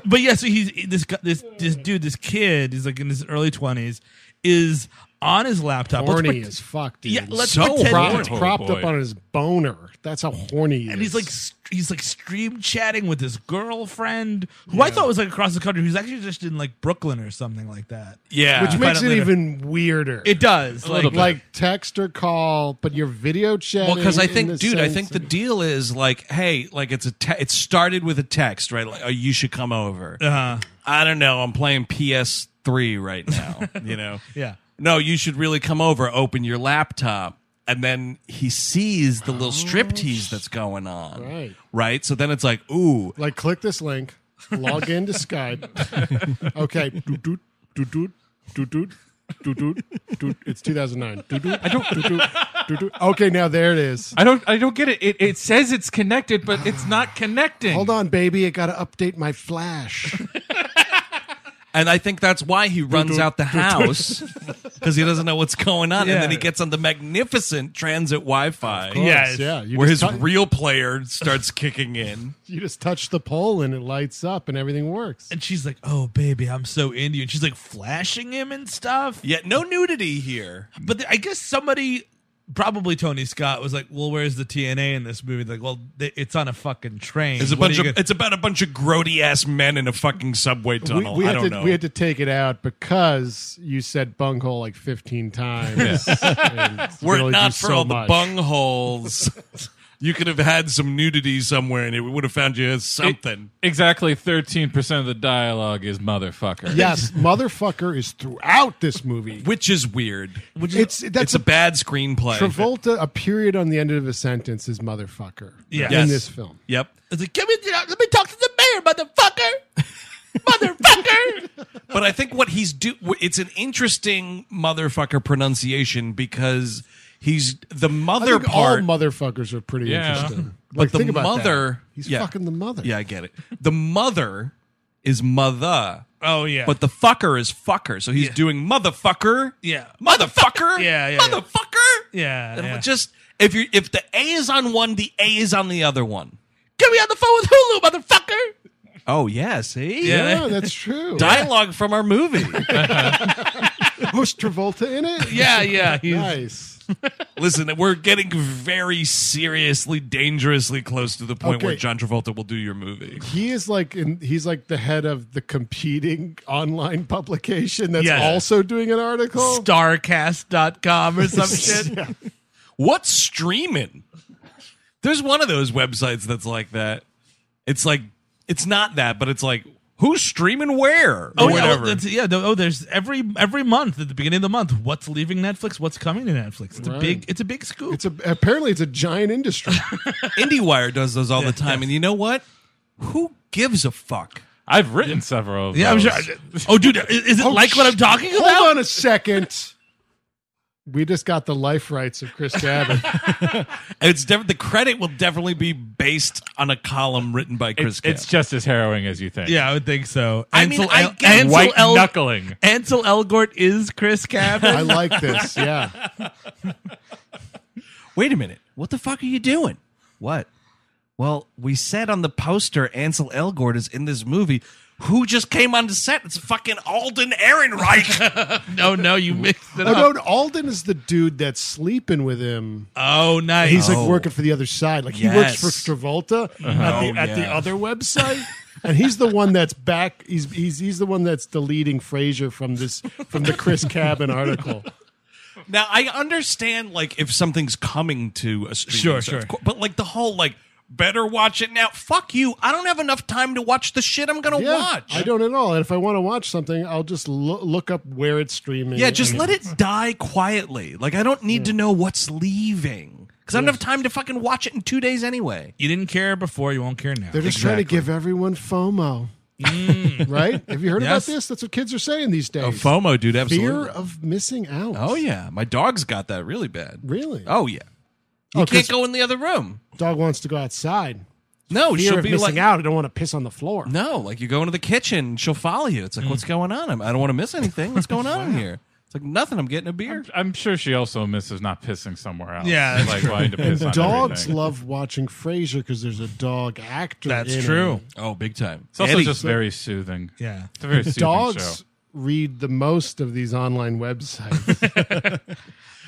But yeah, so he's this guy, this this dude, this kid, he's like in his early twenties, is on his laptop. Let's horny pret- as fuck, dude. Yeah, let's So pretend. horny. It's Oh, propped boy. up on his boner. That's how horny he And is. he's like st- he's like stream chatting with his girlfriend, who I thought was like across the country, who's actually just in like Brooklyn or something like that. Yeah. I'll which makes it find out later. even weirder. It does. Like, little bit. like text or call, but you're video chatting. well, because I in the think, dude, I sense think the of- deal is like, hey, like it's a te- it started with a text, right? Like, oh, you should come over. Uh-huh. uh, I don't know. I'm playing PS3 right now. you know. Yeah. No, you should really come over. Open your laptop, and then he sees the little striptease that's going on. Oh, Right. Right. So then it's like, ooh, like click this link, log into Skype. Okay, doot doot doot doot doot doot. Doot, doot, doot. It's 2009. Doot, doot, I don't. Doot, doot, doot, doot. Okay, now there it is. I don't. I don't get it. It, it says it's connected, but it's not connecting. Hold on, baby. I got to update my flash. and I think that's why he runs out the house because he doesn't know what's going on, and then he gets on the magnificent transit Wi-Fi. Yes. Yeah. You Where his just tou- real player starts kicking in. you just touch the pole and it lights up and everything works. and she's like, "Oh, baby, I'm so into you," and she's like flashing him and stuff. Yet no nudity here. But th- I guess somebody, probably Tony Scott, was like, "Well, where's the TNA in this movie?" Like, well, th- it's on a fucking train. It's a What are bunch you of gonna- it's about a bunch of grody ass men in a fucking subway we, tunnel. we I had don't to know. we had to take it out because you said bunghole like 15 times. and it's Were it really not do for so all much. the bungholes, you could have had some nudity somewhere, and it would have found you something. Exactly. Thirteen percent of the dialogue is motherfucker. Yes, motherfucker is throughout this movie. which is weird. Which is- It's- that's it's a, a- bad screenplay. Travolta, a period on the end of a sentence is motherfucker. Yeah. in Yes. this film. Yep. It's like, "Give me, let me talk to the mayor, motherfucker, motherfucker." But I think what he's do it's an interesting motherfucker pronunciation because he's the I mother think part. all motherfuckers are pretty Yeah. interesting. But the think about that. mother- he's yeah. fucking the mother. yeah, I get it. The mother is mother. Oh yeah, But the fucker is fucker, so he's doing motherfucker, Yeah. motherfucker, Yeah, yeah, yeah. motherfucker, Yeah, And yeah. Just if you if the A is on one, the A is on the other one. get me on the phone with Hulu, motherfucker. Oh yeah, see, Yeah, that's true. dialogue from our movie. Was Travolta in it? Yeah, yeah, he's, nice. Listen, we're getting very seriously, dangerously close to the point where Okay. John Travolta will do your movie. He is like in, he's like the head of the competing online publication that's Yeah. also doing an article. Starcast.com or some shit. What's streaming? There's one of those websites that's like that. It's like it's not that, but it's like who's streaming where? Oh or yeah, well, whatever. that's- yeah. no, Oh, there's every every month at the beginning of the month. What's leaving Netflix? What's coming to Netflix? It's a Right. big. It's a big scoop. It's a, apparently it's a giant industry. IndieWire does those all the time, and you know what? Who gives a fuck? I've written several. Of yeah, I'm those. sure. Oh, dude, is, is it like what I'm talking about? Hold on a second. We just got the life rights of Chris Abbott. It's def- the credit will definitely be based on a column written by Chris. It's, it's just as harrowing as you think. Yeah, I would think so. I mean, I El- get- Ansel White El- knuckling. Ansel Elgort is Chris Cabin. I like this. Yeah. Gaff. Wait a minute, what the fuck are you doing? What? Well, we said on the poster Ansel Elgort is in this movie. Who just came on the set? It's fucking Alden Ehrenreich. no, no, you mixed it Oh, up. no, Alden is the dude that's sleeping with him. Oh, nice. He's Oh. like working for the other side. Like he Yes. works for Travolta at, the, Oh, at the yeah. other website. And he's the one that's back. He's, he's he's the one that's deleting Frasier from this from the Chris Cabin article. now I understand like if something's coming to a streaming Sure, service, sure. co- but like the whole like better watch it now. Fuck you. I don't have enough time to watch the shit I'm gonna Yeah, watch. I don't at all. And if I want to watch something, I'll just lo- look up where it's streaming. Yeah, just and- let it die quietly. Like I don't need to know what's leaving because I don't have time to fucking watch it in two days anyway. you didn't care before. You won't care now. They're just trying to give everyone FOMO. Mm. right? Have you heard Yes. about this? That's what kids are saying these days. dude, Fear of missing out. Oh yeah, my dog's got that really bad. Really? Oh yeah, Oh, you 'cause can't go in the other room. Dog wants to go outside. No, Fear she'll of be missing like, out. I don't want to piss on the floor. no, like you go into the kitchen, she'll follow you. It's like, Mm. what's going on? I'm- I don't want to miss anything. What's going on in here? It's like nothing. I'm getting a beer. I'm sure she also misses not pissing somewhere else. Yeah, that's like wanting to piss on Dogs everything. love watching Frasier because there's a dog actor. That's in it. true. Oh, big time. It's also Eddie. just very soothing. Yeah. it's a very soothing Dogs show. read the most of these online websites.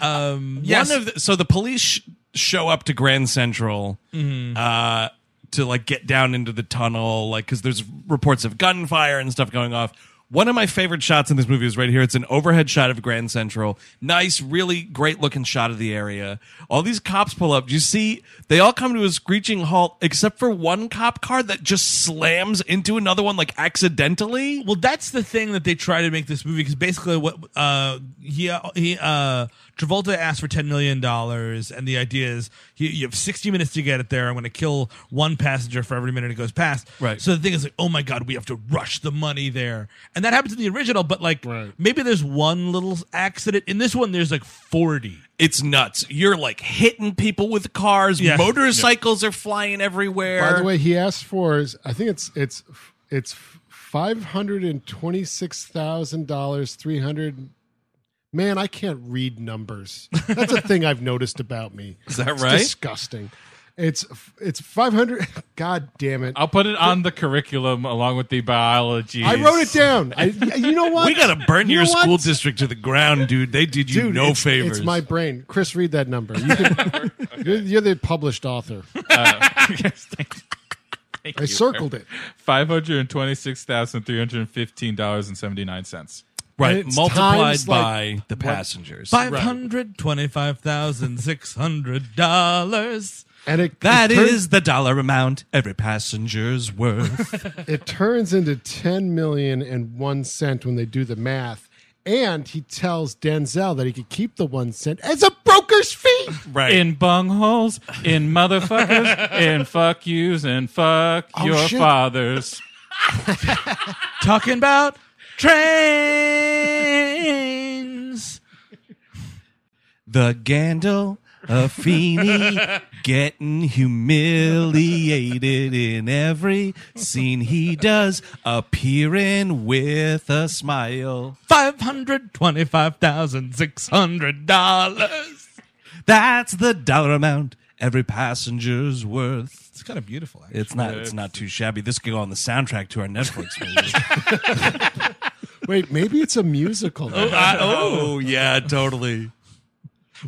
Um, One of the, so the police sh- show up to Grand Central uh, to like get down into the tunnel, like because there's reports of gunfire and stuff going off. One of my favorite shots in this movie is right here. It's an overhead shot of Grand Central. Nice, really great looking shot of the area. All these cops pull up. You see, they all come to a screeching halt, except for one cop car that just slams into another one like accidentally. well, that's the thing that they try to make this movie because basically, what uh, he he uh, Travolta asked for ten million dollars, and the idea is you, you have sixty minutes to get it there. I'm going to kill one passenger for every minute it goes past. Right. So the thing is like, oh my god, we have to rush the money there, and that happens in the original. But like, maybe there's one little accident in this one. There's like forty. It's nuts. You're like hitting people with cars. Yes. Motorcycles are flying everywhere. By the way, he asked for is I think it's it's it's five hundred and twenty six thousand dollars, three hundred. Man, I can't read numbers. That's a thing I've noticed about me. Is that right? disgusting. It's it's five hundred. God damn it! I'll put it on the curriculum along with the biology. I wrote it down. I, you know what? We gotta burn You your know what? school district to the ground, dude. They did you Dude, no it's, favors. It's my brain. Chris, read that number. You can, you're, you're the published author. Uh, I circled it. Five hundred and twenty-six thousand three hundred and fifteen dollars and seventy-nine cents. right, it's multiplied times, like, by the passengers. Five hundred twenty-five thousand six hundred dollars. And it That it turn- is the dollar amount every passenger's worth. it turns into ten million and one cent when they do the math. And he tells Denzel that he could keep the one cent as a broker's fee. right. In bungholes, in motherfuckers, in fuck yous, and fuck Oh, your shit. fathers. talking about trains. the Gandalf of Feeney getting humiliated in every scene he does, appearing with a smile. Five hundred twenty-five thousand six hundred dollars. That's the dollar amount every passenger's worth. It's kind of beautiful. Actually. It's not. It's not too shabby. This could go on the soundtrack to our Netflix movie. Wait, maybe it's a musical. oh yeah, totally.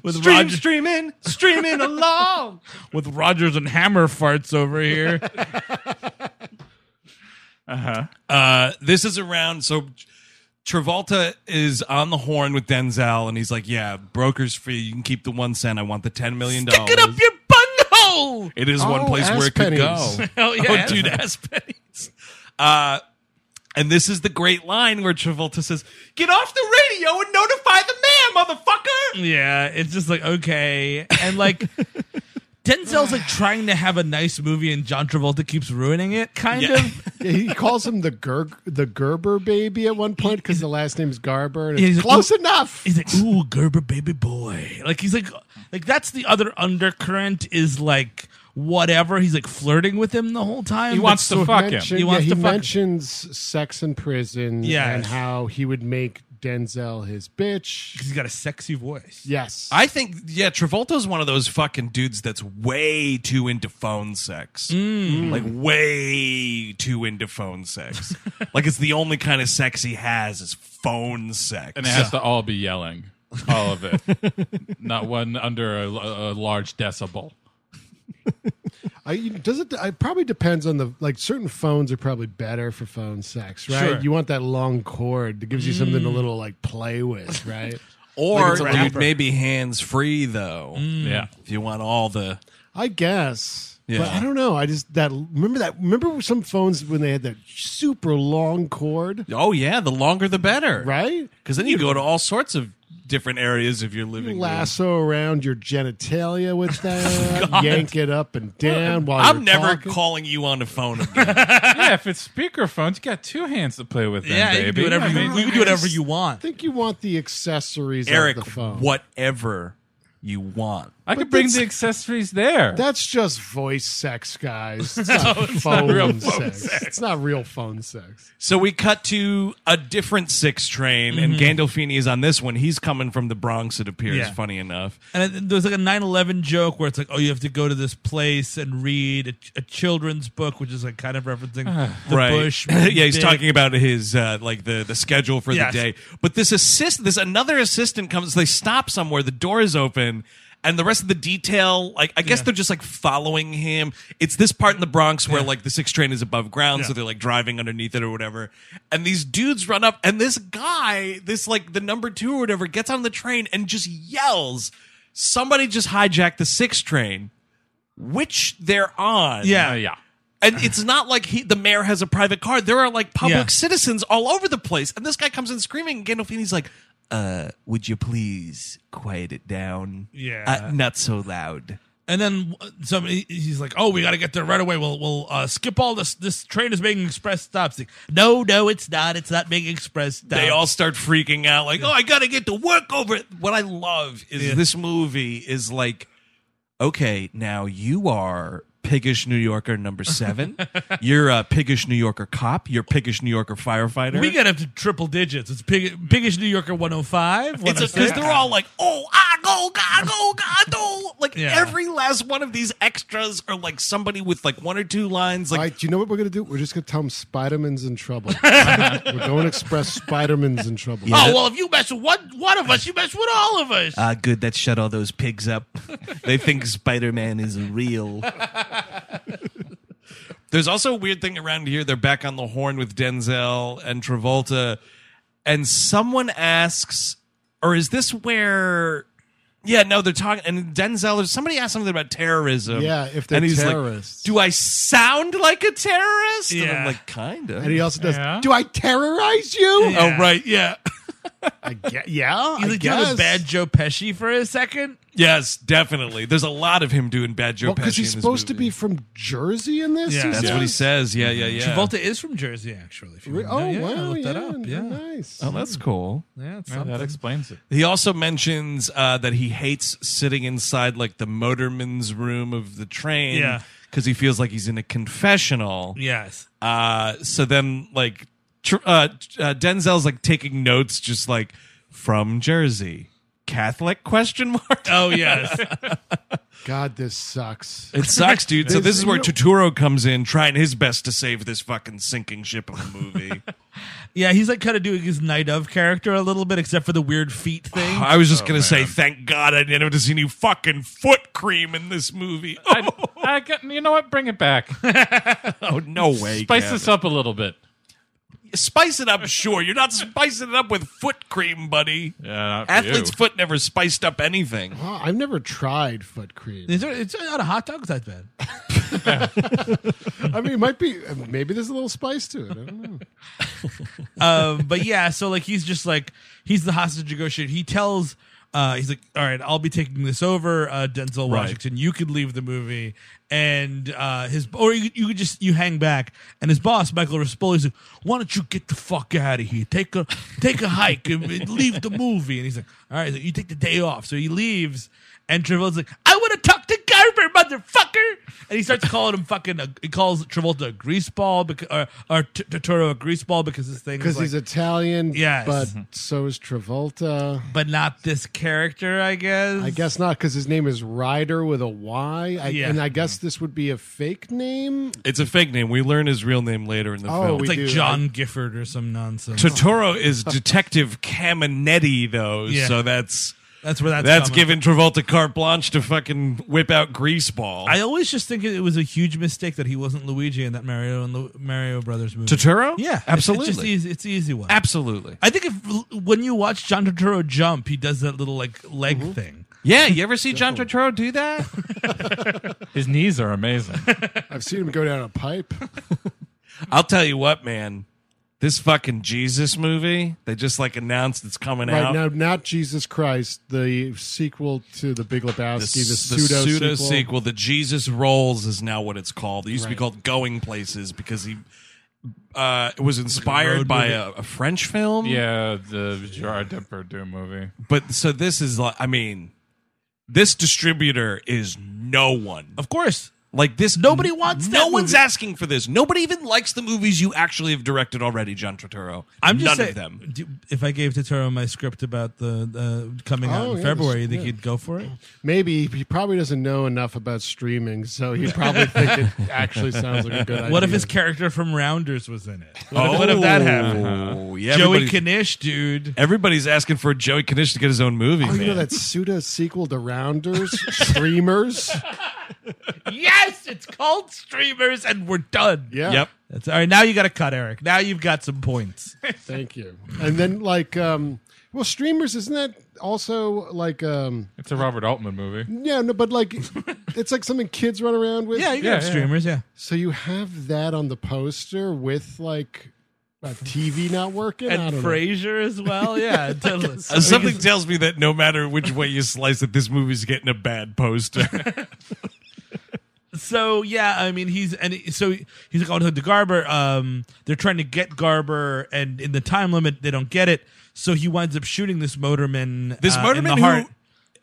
With Stream, Roger- streaming, streaming along. with Rogers and Hammer farts over here. Uh, this is around. So Travolta is on the horn with Denzel, and he's like, "Yeah, broker's fee. You can keep the one cent. I want the ten million dollars. Get up your bunghole. It is one Oh, place where it could go. Aspennies. Hell yeah. Oh, dude, Aspennies. Uh, and this is the great line where Travolta says, "Get off the radio and notify the man, motherfucker." Yeah, it's just like okay, and like Denzel's like trying to have a nice movie, and John Travolta keeps ruining it. Kind Yeah. of. Yeah, he calls him the Ger- the Gerber baby at one point because the last name's Garber. And it's He's- close enough. He's like, ooh, Gerber baby boy. Like he's like like that's the other undercurrent is like whatever. He's like flirting with him the whole time. He wants to So fuck him. mentioned- He wants yeah, to fuck him. mentions sex in prison Yes. and how he would make Denzel his bitch. because he's got a sexy voice. Yes. I think yeah, Travolta's one of those fucking dudes that's way too into phone sex. Like way too into phone sex. like it's the only kind of sex he has is phone sex. And it has to all be yelling. All of it. Not one under a, a large decibel. I, you- does it, it probably depends on the like certain phones are probably better for phone sex, right? Sure. You want that long cord that gives you something to Mm. little like play with, right? or it's a dude, rapper. maybe hands free though. Yeah. If you want all the I guess. Yeah. But I don't know. I just that remember that remember some phones when they had that super long cord, oh yeah, the longer the better, right? Because then you go to all sorts of different areas of your living room. Lasso around your genitalia with Oh, that, yank it up and down while I'm you're never talking. calling you on the phone again. Yeah, if it's speakerphones, you got two hands to play with. Then, Yeah, baby. you can do whatever I you, mean, you can do whatever you I want. think you want the accessories Eric, of the phone. whatever you want. I But could bring that's- the accessories there. That's just voice sex, guys. It's not phone real phone sex. It's not real phone sex. So we cut to a different six train, and Gandolfini is on this one. He's coming from the Bronx, it appears, Yeah. funny enough. And it- there's like a 9/11 joke where it's like, oh, you have to go to this place and read a, a children's book, which is like kind of referencing the right. Bush. yeah, he's big- talking about his uh, like the the schedule for Yes. the day. But this assist, this another assistant comes. They stop somewhere. The door is open. And the rest of the detail, like I guess they're just like following him. It's this part in the Bronx where like the six train is above ground, so they're like driving underneath it or whatever. And these dudes run up, and this guy, this like the number two or whatever, gets on the train and just yells, "Somebody just hijacked the six train," which they're on. Oh, Yeah. Uh, yeah. And it's not like he, the mayor has a private car. There are like public Yeah. citizens all over the place. And this guy comes in screaming. And Gandolfini's like, uh, would you please quiet it down? Yeah. Uh, not so loud. And then somebody he's like, "Oh, we got to get there right away. We'll we'll uh, skip all this. This train is making express stops." Like, no, no, it's not. It's not making express stops. They all start freaking out like, oh, I got to get to work over it. What I love is this movie is like, okay, now you are piggish New Yorker number seven. You're a piggish New Yorker cop. You're piggish New Yorker firefighter. We got up to triple digits. It's big, biggest New Yorker 105. It's because 106. they're all like, oh, I go, I go, I do. Like Yeah. every last one of these extras are like somebody with like one or two lines. Like All right, do you know what we're gonna do? We're just gonna tell them Spiderman's in trouble. we're going to express Spiderman's in trouble. Oh well, if you mess with one one of us, you mess with all of us. Ah, good. That shut all those pigs up. they think Spider Man is real. There's also a weird thing around here. They're back on the horn with Denzel and Travolta, and someone asks, or is this where? Yeah, no, they're talking, and Denzel or somebody asked something about terrorism. Yeah, if they're and he's terrorists. like, "Do I sound like a terrorist?" And Yeah. I'm like, "Kinda." And he also does. Yeah. Do I terrorize you? Oh right, yeah. I guess, yeah, You I like you have guess. a bad Joe Pesci for a second. yes, definitely. There's a lot of him doing bad Joe Well, because Pesci he's in this supposed to movie. be from Jersey in this. Yeah. Mm-hmm. he That's That's what he says. Yeah, yeah, yeah. Travolta is from Jersey, actually. If you Re- want to Oh know. yeah, wow! look yeah, that up. Yeah, nice. Oh, that's cool. yeah, it's Yeah, something. that explains it. He also mentions uh, that he hates sitting inside like the motorman's room of the train. Yeah. Because he feels like he's in a confessional. yes. Uh, so then, like, tr- uh, uh, Denzel's like taking notes, just like from Jersey. Catholic question mark? Oh yes. God, this sucks. It sucks, dude. so this There's- is where Tuturo comes in, trying his best to save this fucking sinking ship of a movie. yeah, he's like kind of doing his night of character a little bit, except for the weird feet thing. I was just gonna say, thank God I didn't have to see any fucking foot cream in this movie. I, I got, you know what? Bring it back. Oh no way! Spice Kevin. this up a little bit. spice it up, sure. You're not spicing it up with foot cream, buddy. Yeah, not for Athlete's you. foot never spiced up anything. Wow, I've never tried foot cream. Is there, it's not a hot dog that bad. I mean, it might be maybe there's a little spice to it. I don't know. um, but yeah, so like he's just like he's the hostage negotiator. He tells uh, he's like, all right, I'll be taking this over, uh, Denzel Right. Washington. You could leave the movie, and uh, his or you, you could just you hang back. And his boss Michael Rispoli's like, why don't you get the fuck out of here? Take a take a hike and, and leave the movie. And he's like, all right, he's like, you take the day off. So he leaves. And Travolta's like, I want to talk to Garber, motherfucker. And he starts calling him fucking. A, he calls Travolta a greaseball because, or, or T- Totoro a greaseball because this thing. Because is like, he's Italian, Yes. but so is Travolta. but not this character, I guess. I guess not, because his name is Ryder with a Y. I, Yeah. And I guess this would be a fake name. It's a fake name. We learn his real name later in the Oh, film. we it's like do. John Gifford or some nonsense. Totoro is Detective Caminetti, though, Yeah. so that's That's where that's that's giving coming. Travolta carte blanche to fucking whip out Greaseball. I always just think it was a huge mistake that he wasn't Luigi in that Mario and Lu- Mario Brothers movie. Totoro? yeah, it's- absolutely, It's, just easy, it's the easy one. absolutely. I think if when you watch John Turturro jump, he does that little like leg thing. Yeah, you ever see John Totoro do that? His knees are amazing. I've seen him go down a pipe. I'll tell you what, man. This fucking Jesus movie, they just like announced it's coming Right out. now, not Jesus Christ, the sequel to The Big Lebowski, the, pseudo, sequel. The Jesus Rolls is now what it's called. It used to be called Going Places because he uh, it was inspired by a, a French film. yeah, the Gerard Depardieu movie. But so this is like, I mean, This distributor is no one. Of course. Like this, Nobody wants No that movie. one's asking for this. Nobody even likes the movies you actually have directed already, John Turturro. I'm just none saying, of them. do- if I gave Totoro my script about the, the coming out Oh, in yeah, February, this- you think yeah. he'd go for it? Maybe he probably doesn't know enough about streaming, so he probably think it actually sounds like a good idea. What if his character from Rounders was in it? Oh, what if that happened? Yeah, Joey everybody's- Kanish, dude. Everybody's asking for Joey Kanish to get his own movie. Oh, you know man. that pseudo sequel to Rounders, Streamers? yes, it's called Streamers, and we're done. Yeah. Yep. That's, all right, now you got to cut, Eric. Now you've got some points. Thank you. And then like um well Streamers isn't that also like um It's a Robert Altman movie. yeah, no, but like it's like something kids run around with. Yeah, you got Yeah, yeah. Streamers, yeah. So you have that on the poster with like a TV not working I And don't know. Frasier as well, yeah. totally. Uh, something tells me that no matter which way you slice it, this movie's getting a bad poster. So yeah, I mean he's and he- so he's like, oh no, the Garber. Um, they're trying to get Garber, and in the time limit, they don't get it. So he winds up shooting this motorman. This uh, in motorman the who- heart.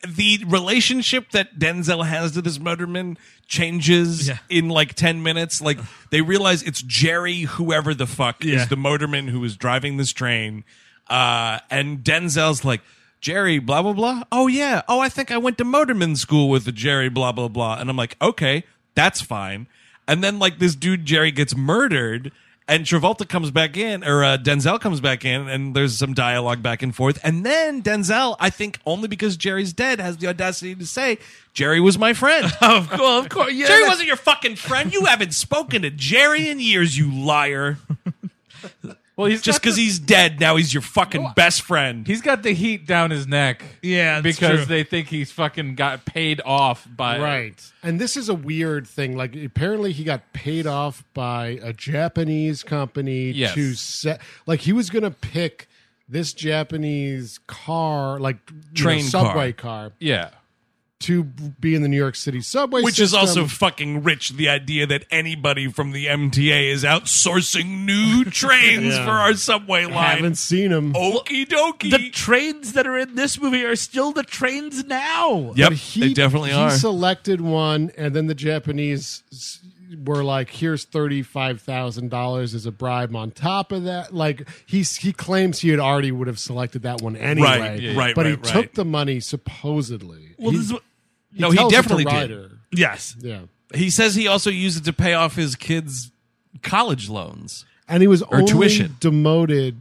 the relationship that Denzel has to this motorman changes Yeah. in like 10 minutes. Like they realize it's Jerry, whoever the fuck Yeah. is the motorman who is driving this train. Uh, and Denzel's like, Jerry, blah, blah, blah. Oh, yeah. Oh, I think I went to motorman school with the Jerry, blah, blah, blah. And I'm like, okay, that's fine. And then like this dude, Jerry, gets murdered. And Travolta comes back in, or uh, Denzel comes back in, and there's some dialogue back and forth. And then Denzel, I think only because Jerry's dead, has the audacity to say, Jerry was my friend. Of course, of course, yeah. Jerry that- wasn't your fucking friend. You haven't spoken to Jerry in years, you liar. Well, he's Just got the- because he's dead, now he's your fucking best friend. He's got the heat down his neck. Yeah, that's because true. they think he's fucking got paid off by Right. And this is a weird thing. Like apparently he got paid off by a Japanese company Yes. to set like he was gonna pick this Japanese car, like you know, Train car. subway car. Yeah, to be in the New York City subway, Which is system. also fucking rich, the idea that anybody from the MTA is outsourcing new trains Yeah. for our subway line. haven't Oh, seen him. Okie dokie. the trains that are in this movie are still the trains now. yep, But he, they definitely he are. selected one, and then the Japanese s- were like, "Here's thirty five thousand dollars as a bribe on top of that." Like he he claims he had already would have selected that one anyway, Right, yeah, right, But he right, right. took the money supposedly. Well, he, this is what, no, he tells it to definitely did. Ryder. yes. Yeah, He says he also used it to pay off his kids' college loans. and he was only tuition. demoted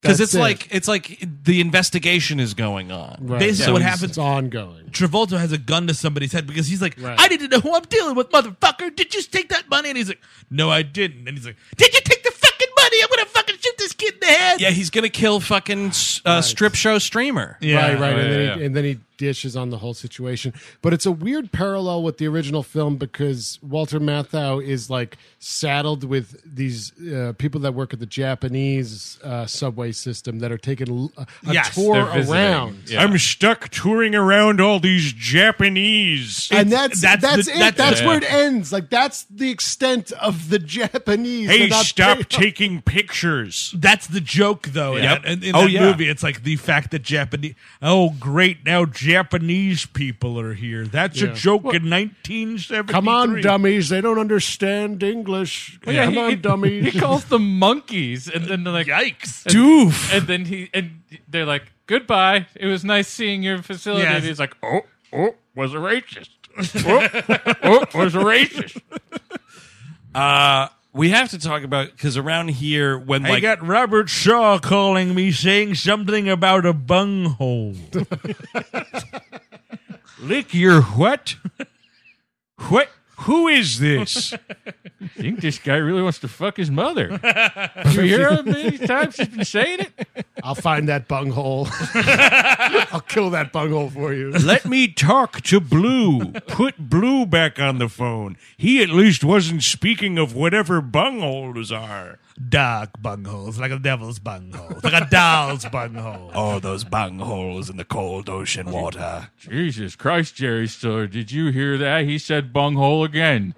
Because That's it's it. like it's like the investigation is going on. Right. Basically, So what he's- happens? It's ongoing. Travolta has a gun to somebody's head because he's like, Right. I need to know who I'm dealing with, motherfucker. Did you take that money? And he's like, No, I didn't. And he's like, Did you take the fucking money? I'm gonna fucking shoot this kid in the head. Yeah, he's gonna kill fucking uh, strip show streamer. Yeah. Right, right. Oh, and, yeah, then yeah. He, and then he dishes on the whole situation. But it's a weird parallel with the original film because Walter Matthau is like saddled with these uh, people that work at the Japanese uh, subway system that are taking l- a, a Yes, tour they're visiting. around. Yeah. stuck touring around all these Japanese. And that's That's that's, the- it. that's That's, the- where it ends. Like that's the extent of the Japanese. They're not paying- taking pictures. That's the joke, though. Yep. In, in, in Oh, that yeah. movie, it's like the fact that Japanese. Oh, great! Now Japanese people are here. That's a Yeah. joke in 1973. Come on, dummies! They don't understand English. Oh, yeah. Come he, on, dummies! He calls them monkeys, and then they're like, "Yikes, Doof. And then he and they're like, "Goodbye. It was nice seeing your facility." Yes. And he's like, "Oh, oh, was a racist. oh, oh, was a racist." Uh, we have to talk about because around here when I like got Robert Shaw calling me saying something about a bunghole. lick your what? what? Who is this? I think this guy really wants to fuck his mother. you hear how many times he's been saying it? I'll find that bunghole. I'll kill that bunghole for you. Let me talk to Blue. Put Blue back on the phone. He at least wasn't speaking of whatever bungholes are. Dark bungholes, like a devil's bunghole, like a doll's bunghole. Oh, those bungholes in the cold ocean water. Jesus Christ, Jerry Stiller, did you hear that? He said bunghole again.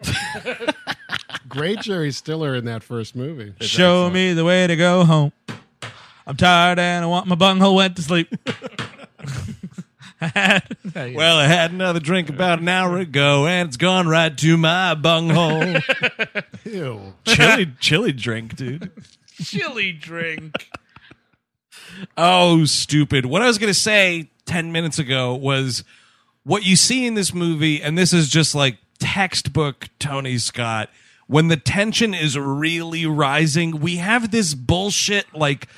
Great Jerry Stiller in that first movie. Show me the way to go home. I'm tired and I want my bunghole wet to sleep. had. Well, I had another drink about an hour ago, and it's gone right to my bunghole. Ew. chili, chili drink, dude. Chili drink. Oh, stupid. What I was going to say 10 minutes ago was what you see in this movie, and this is just like textbook Tony Scott. When the tension is really rising, we have this bullshit like.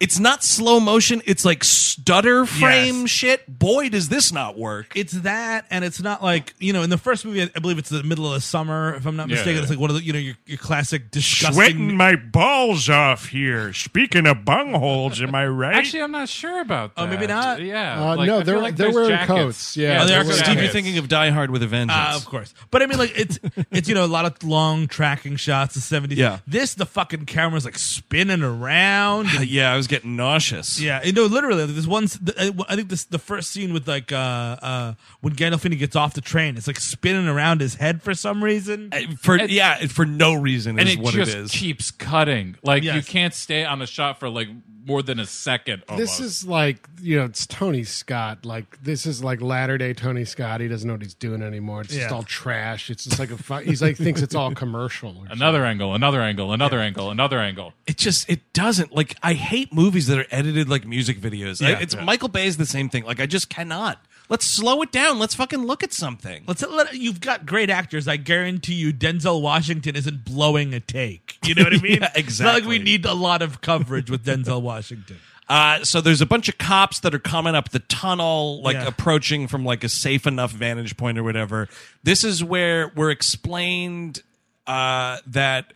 It's not slow motion. It's like stutter frame Yes. shit. Boy, does this not work. it's that, and it's not like you know. In the first movie, I- I believe it's the middle of the summer, if I'm not mistaken. It's like one of the you know your, your classic disgusting. my balls off here. Speaking of bungholes, am I right? Actually, I'm not sure about that. Oh, maybe not? Yeah. Uh, no, I feel they're- they're there's wearing coats. Yeah, there's they're wearing jackets. Steve, you're thinking of Die Hard with a Vengeance. Uh, of course, but I mean, like it's it's you know a lot of long tracking shots, the seventies. Yeah. this the fucking camera's like spinning around. and- yeah, I was getting nauseous. Yeah, you know, literally, there's one. I I think this the first scene with like uh uh when Gandolfini gets off the train, it's like spinning around his head for some reason. I- For yeah, for no reason and is it what just it is. keeps cutting. Like you Yes. can't stay on a shot for like more than a second. Oh, Almost. This is like you know, it's Tony Scott. Like this is like latter day Tony Scott. He doesn't know what he's doing anymore. It's just Yeah. all trash. It's just like a fu- he's like thinks it's all commercial. or another angle, another angle, another angle, another angle. it just it doesn't like i hate movies that are edited like music videos I- Yeah. it's michael bay is the same thing like i just cannot let's slow it down let's fucking look at something Let's let you've got great actors. I guarantee you, Denzel Washington isn't blowing a take. You know what I mean? Yeah, It's not like exactly. we need a lot of coverage with Denzel Washington. uh, so there's a bunch of cops that are coming up the tunnel like Yeah. approaching from like a safe enough vantage point or whatever this is where we're explained uh, that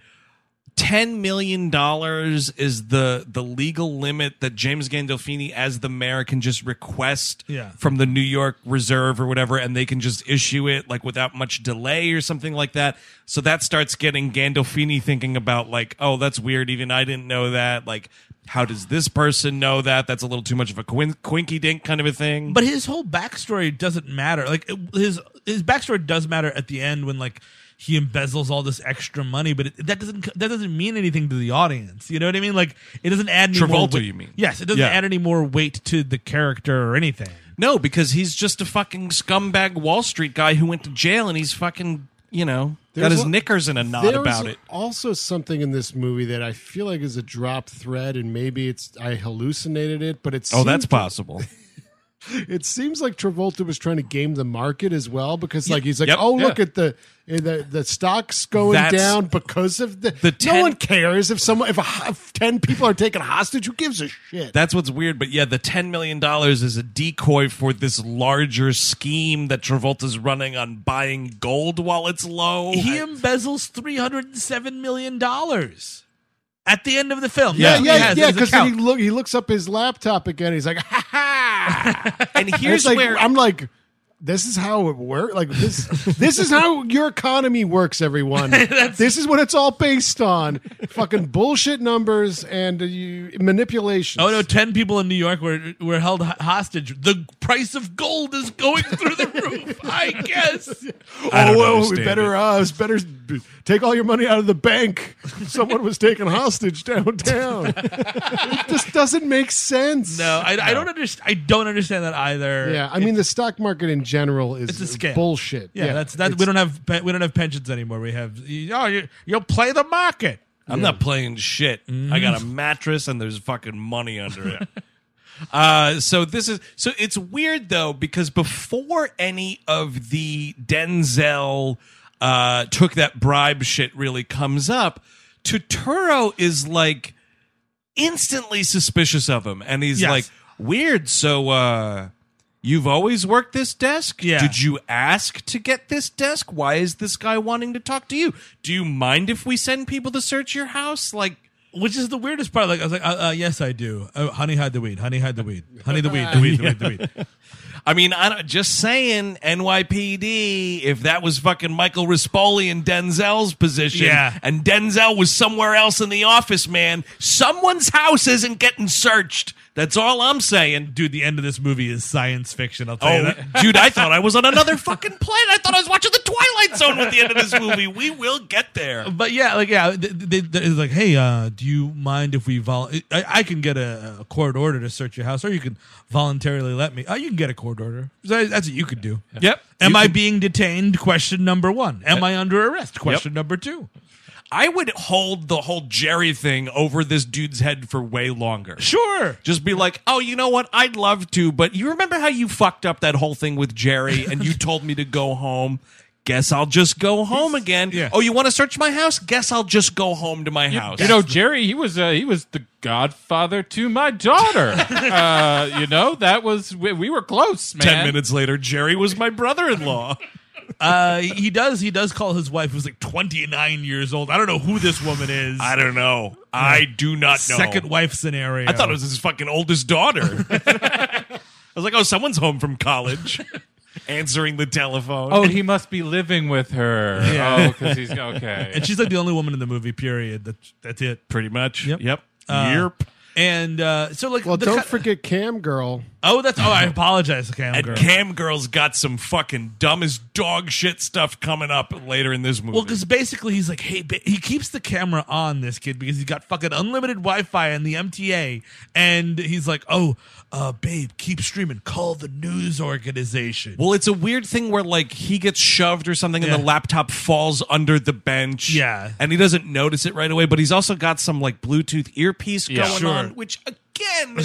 10 million dollars is the the legal limit that James Gandolfini as the mayor can just request Yeah. from the New York Reserve or whatever and they can just issue it like without much delay or something like that. So that starts getting Gandolfini thinking about like oh that's weird even I didn't know that like how does this person know that? That's a little too much of a quin- quinky dink kind of a thing. But his whole backstory doesn't matter. Like it- his his backstory does matter at the end when like he embezzles all this extra money, but it, that doesn't that doesn't mean anything to the audience. You know what I mean? Like it doesn't add any more Travolta, weight- you mean? Yes, it doesn't Yeah. add any more weight to the character or anything. no, because he's just a fucking scumbag Wall Street guy who went to jail and he's fucking, you know, got There's his a- knickers in a knot There's about it. Also, something in this movie that I feel like is a drop thread, and maybe it's I hallucinated it, but it's Oh, that's possible. it seems like Travolta was trying to game the market as well because like he's like, Yep. oh Yeah. look at the eh, the the stocks going That's- down because of the, The no 10 one cares if someone if, a, ho- if ten people are taken hostage, who gives a shit? That's what's weird, but yeah, the ten million dollars is a decoy for this larger scheme that Travolta's running on buying gold while it's low. he I- embezzels three hundred and seven million dollars at the end of the film. That's what yeah, he has in yeah. his Because then he account. look he looks up his laptop again. He's like, ha ha. and And here's it's like where I'm like. This is how it works. Like this, this is how your economy works, everyone. this is what it's all based on: fucking bullshit numbers and uh, you, manipulations. Oh no! Ten people in New York were were held ho- hostage. The price of gold is going through the roof. I guess. I don't oh, well, we understand better it. uh, it's better b- take all your money out of the bank. Someone was taken hostage downtown. it just doesn't make sense. No, I, I don't understand. I don't understand that either. Yeah, I mean the stock market in general is It's a scam. bullshit. yeah, that's that. We it's- don't have pe- we don't have pensions anymore. We have oh, you, you'll play the market. I'm not playing shit. I got a mattress and there's fucking money under it. uh, so this is so it's weird though because before any of the Denzel uh, took that bribe shit really comes up, Totoro is like instantly suspicious of him, and he's Yes. like weird. So. uh You've always worked this desk? Yeah. Did you ask to get this desk? Why is this guy wanting to talk to you? Do you mind if we send people to search your house? Like, Which is the weirdest part. Like I was like, uh, uh, yes, I do. Oh, honey, hide the weed. Honey, hide the weed. Honey, the weed. The weed. The weed. The weed. I mean, I don't, just saying NYPD, if that was fucking Michael Rispoli in Denzel's position, Yeah. and Denzel was somewhere else in the office, man, someone's house isn't getting searched. That's all I'm saying. Dude, the end of this movie is science fiction. I'll tell you Oh, that. dude, I thought I was on another fucking planet. I thought I was watching The Twilight Zone at the end of this movie. We will get there. But yeah, like yeah, they, they, they, it's like, hey, uh, do you mind if we vol? I, I can get a, a court order to search your house, or you can voluntarily let me. Oh, you can get a court court order. So that's what you could do. Yep. Am You I can- being detained? Question number one. Am I under arrest? Question number two. I would hold the whole Jerry thing over this dude's head for way longer. Sure. Just be like, oh, you know what? I'd love to, but you remember how you fucked up that whole thing with Jerry and you told me to go home? Guess I'll just go home again. Yeah. Oh, you want to search my house? Guess I'll just go home to my house. You know, Jerry, he was uh, he was the godfather to my daughter. uh, you know, that was we, we were close, man. 10 minutes later, Jerry was my brother in law. Uh, he does. He does call his wife, who's like 29 years old. I don't know who this woman is. I don't know. I do not know. Second wife scenario. I thought it was his fucking oldest daughter. I was like, oh, someone's home from college answering the telephone. Oh, he must be living with her. Oh, because he's okay. And she's like the only woman in the movie. Period. That's that's it. pretty much. Yep. Yep. Uh, Yep. And uh, so like, Well, the don't ki- forget Cam Girl. Oh, that's. Oh, I apologize, Cam. And girl. Cam Girl's got some fucking dumbest dog shit stuff coming up later in this movie. Well, because basically he's like, hey, ba- he keeps the camera on this kid because he's got fucking unlimited Wi-Fi and the MTA, and he's like, oh, uh, babe, keep streaming. Call the news organization. Well, it's a weird thing where like he gets shoved or something, Yeah. and the laptop falls under the bench. Yeah. and he doesn't notice it right away. But he's also got some like Bluetooth earpiece Yeah. going Sure. on, which again,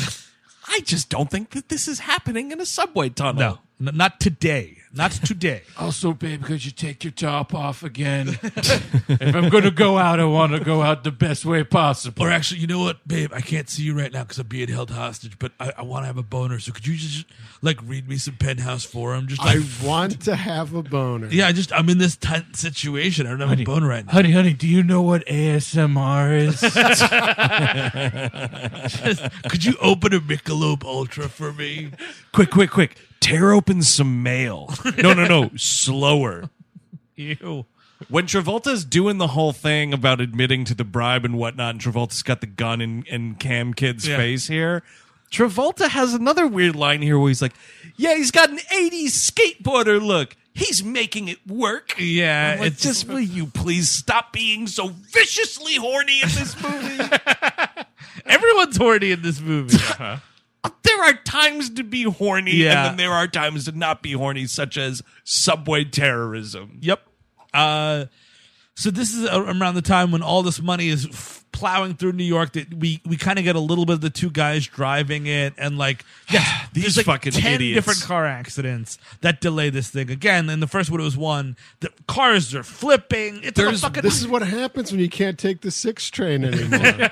I just don't think that this is happening in a subway tunnel. no, n- not today. Not today. Also, "Oh, babe, could you take your top off again? if I'm going to go out, I want to go out the best way possible. Or actually, you know what, babe? I can't see you right now because I'm being held hostage, but I, I want to have a boner. So could you just like read me some penthouse forum? Just like, I want to have a boner. yeah, I just I'm in this tense situation. I don't have a boner right now. Honey, honey, do you know what ASMR is? could you open a Michelob Ultra for me? Quick, quick, quick! Tear open some mail. No, no, no! Slower. Ew. When Travolta's doing the whole thing about admitting to the bribe and whatnot, and Travolta's got the gun in, in Cam Kid's Yeah. face here, Travolta has another weird line here where he's like, Yeah, he's got an 80s skateboarder look. He's making it work. Yeah, I'm like, it's- just will you please stop being so viciously horny in this movie? Everyone's horny in this movie. there are times to be horny, Yeah. and then there are times to not be horny, such as subway terrorism. yep. Uh, so this is a- around the time when all this money is f- plowing through New York. That we we kind of get a little bit of the two guys driving it, and like yeah, These there's, like fucking ten idiots. different car accidents that delay this thing again. And the first one it was one the cars are flipping. It's like a There's- fucking This is what happens when you can't take the six train anymore.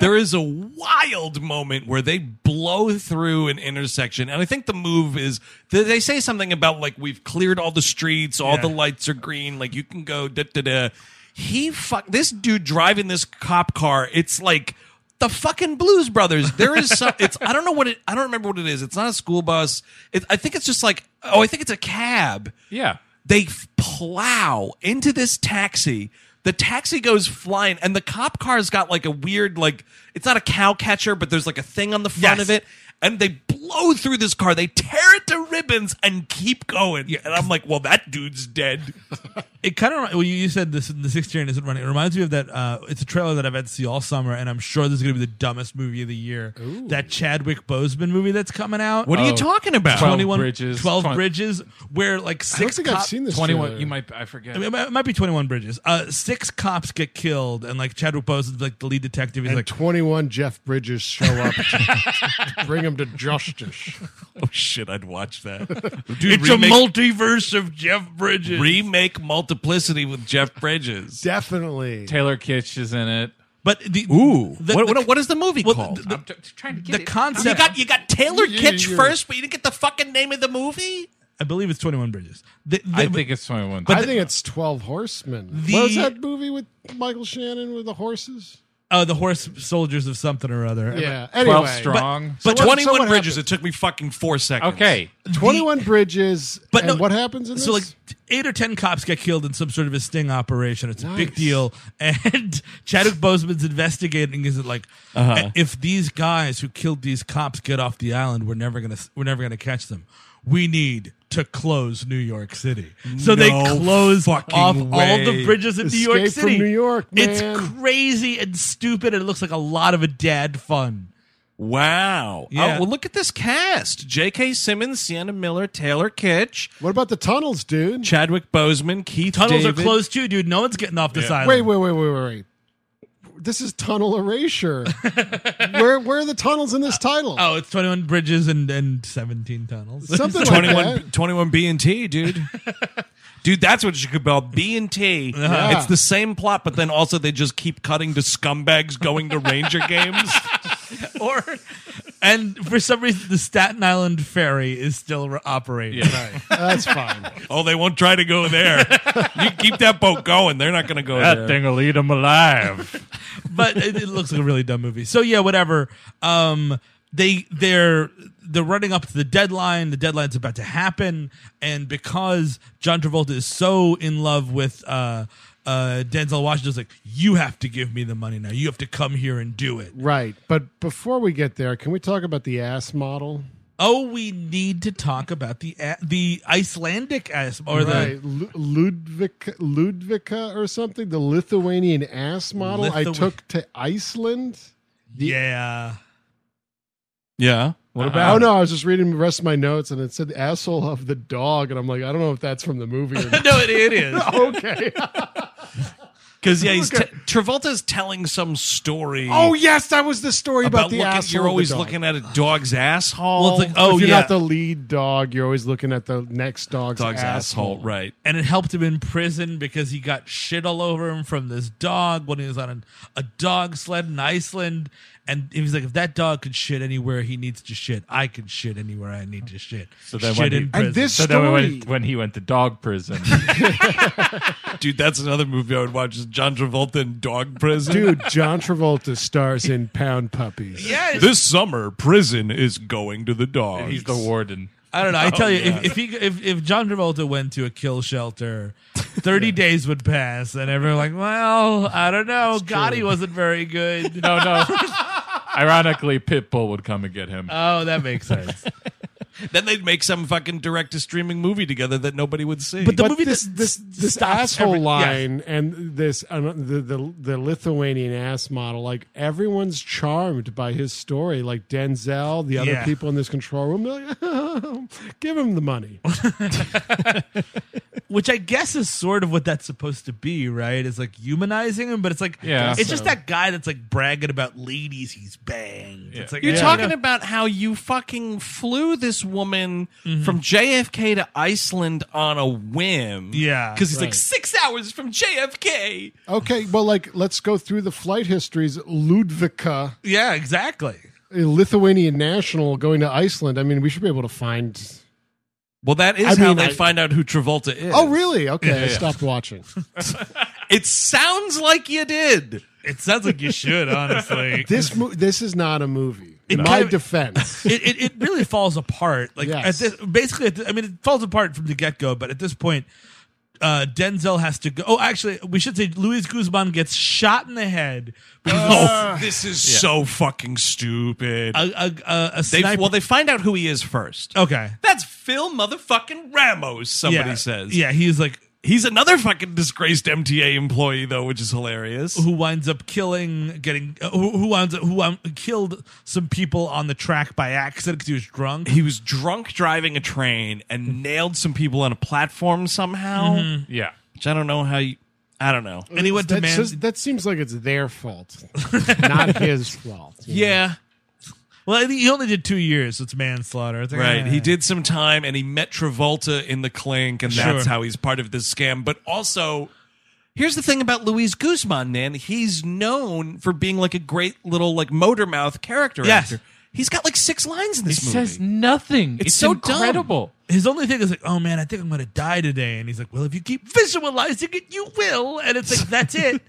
there is a wild moment where they blow through an intersection and i think the move is th- they say something about like we've cleared all the streets all the lights are green like you can go da da da he fuck this dude driving this cop car it's like the fucking blues brothers there is some it's i don't know what it i don't remember what it is it's not a school bus it, i think it's just like oh i think it's a cab yeah. they f- plow into this taxi. The taxi goes flying, and the cop car's got like a weird, like it's not a cow catcher, but there's like a thing on the front Yes. of it, and they blow through this car. They tear it to ribbons and keep going. And I'm like, well, that dude's dead. It kind of well, you, you said this the sixth train isn't running. It reminds me of that. Uh, it's a trailer that I've had to see all summer, and I'm sure this is going to be the dumbest movie of the year. That Chadwick Boseman movie that's coming out. What are you Oh, talking about? 12 21 Bridges. 12 Twen- bridges where like six I don't think I've cop- seen this. 21, trailer. you might, I forget. I mean, it might- it might be 21 bridges uh six cops get killed and like chadwick boseman's like the lead detective he's And like 21 Jeff Bridges show up to bring him to justice. Oh shit, I'd watch that. Dude, it's a remake, multiverse of jeff bridges remake multiplicity with Jeff Bridges. Definitely. Taylor Kitsch is in it. but the Ooh, the- what, the- what, what is the movie well, called? the, t- trying to the concept you got you got Taylor You- you- Kitsch you- first, but you didn't get the fucking name of the movie. i believe it's 21 bridges The- the- I think it's 21. I think it's 12 Horsemen. The- what was that movie with Michael Shannon with the horses? uh, the horse soldiers of something or other Yeah. 12 Anyway, strong. but So what- 21 what Bridges. happened? It took me fucking four seconds. okay. 21 Bridges. But But no- what happens in this? so like t- eight or ten cops get killed in some sort of a sting operation. It's a big Nice. deal, and Chadwick Boseman's investigating. Is it like if these guys who killed these cops get off the island, we're never gonna we're never gonna catch them. We need to close New York City, so they No close off fucking all the way. bridges in New York Escape from City. New York, It's man. crazy and stupid, and it looks like a lot of a dad fun. Wow. Yeah. Oh, well, look at this cast: J.K. Simmons, Sienna Miller, Taylor Kitsch, What about the tunnels, dude? Chadwick Boseman, Keith. Tunnels David. are closed too, dude. No one's getting off this island. Wait, wait, wait, wait, wait. wait. This is tunnel erasure. where where are the tunnels in this title? Oh, it's 21 bridges and, and 17 tunnels. Something like 21, that. 21 B and T, dude. dude, that's what you could call B and T. Yeah. It's the same plot, but then also they just keep cutting to scumbags going to Ranger games. or and for some reason the Staten Island ferry is still re- operating. That's fine. Oh, they won't try to go there. you keep that boat going; they're not going to go That there. thing will eat them alive. but it, it looks like a really dumb movie. So yeah, whatever. Um, they they're they're running up to the deadline. The deadline's about to happen, and because John Travolta is so in love with uh, uh, Denzel Washington's like, you have to give me the money now. You have to come here and do it. Right. But before we get there, can we talk about the ass model? Oh, we need to talk about the a- the Icelandic ass or Right. Lu- Ludvika, Ludvika or something? The Lithuanian ass model I Lithu- took to Iceland? the yeah. yeah. What about? Oh, no. I was just reading the rest of my notes and it said asshole of the dog. And I'm like, I don't know if that's from the movie or not. No, it, it is. okay. Because yeah, he's te- Travolta's telling some story. oh, yes. That was the story about, about the looking, asshole. you're of the always dog. looking at a dog's asshole. Well, it's like, oh if you're yeah, not the lead dog, you're always looking at the next dog's, dog's asshole. asshole. right? and it helped him in prison because he got shit all over him from this dog when he was on an, a dog sled in Iceland. And he was like, if that dog could shit anywhere he needs to shit, I can shit anywhere I need to shit. So then shit when he- in And prison. And this So then we story. went, when he went to dog prison, Dude, that's another movie I would watch: is John Travolta in dog prison. Dude, John Travolta stars in Pound Puppies. yeah, This summer, prison is going to the dogs. he's the warden. I don't know. I tell you, if, if he if, if John Travolta went to a kill shelter, thirty days would pass, and everyone like, well, I don't know. God, he wasn't very good. No, no. Ironically, Pitbull would come and get him. Oh, that makes sense. Then they'd make some fucking direct-to-streaming movie together that nobody would see. But the but movie this that this s- this stops asshole every- yeah. line and this uh, the, the the Lithuanian ass model like everyone's charmed by his story like Denzel the other Yeah. people in this control room they're like give him the money which I guess is sort of what that's supposed to be, right? It's like humanizing him, but it's like Yeah. it's just that guy that's like bragging about ladies he's banged. It's like You're yeah. talking about how you fucking flew this woman from JFK to Iceland on a whim. Yeah, Because he's like six hours from JFK. okay well like let's go through the flight histories Ludvika yeah, exactly. a Lithuanian national going to Iceland I mean we should be able to find Well, that is I how mean, they I- find out who Travolta is. oh really okay I stopped watching It sounds like you did. It sounds like you should honestly. this mo- this is not a movie It my kind of- defense it, it, it really falls apart. Like Yes. at this, basically, at the, I mean, it falls apart from the get go. But at this point, uh, Denzel has to go. Oh, actually, we should say Luis Guzman gets shot in the head because Oh, this is so fucking stupid. a, a, a, a they, Uh, sniper. well, they find out who he is first. okay, That's Phil motherfucking Ramos, somebody yeah. says. yeah, he's like He's another fucking disgraced MTA employee, though, which is hilarious. who winds up killing, getting uh, who, who winds up who um, killed some people on the track by accident because he was drunk. He was drunk driving a train Mm-hmm. and nailed some people on a platform somehow, Yeah. which I don't know how you. I don't know. and he went to That's man. just- that seems like it's their fault, not his fault. you know? Yeah. well, I think he only did two years. So it's manslaughter. It's like, Right. eh. He did some time and he met Travolta in the clink, and that's Sure. how he's part of this scam. But also, here's the thing about Luis Guzman, man. He's known for being like a great little like motor mouth character Yes. actor. He's got like six lines in It this movie. says nothing. It's, so dumb. incredible. His only thing is like, oh man, I think I'm gonna die today. And he's like, well, if you keep visualizing it, you will. And it's like, that's it.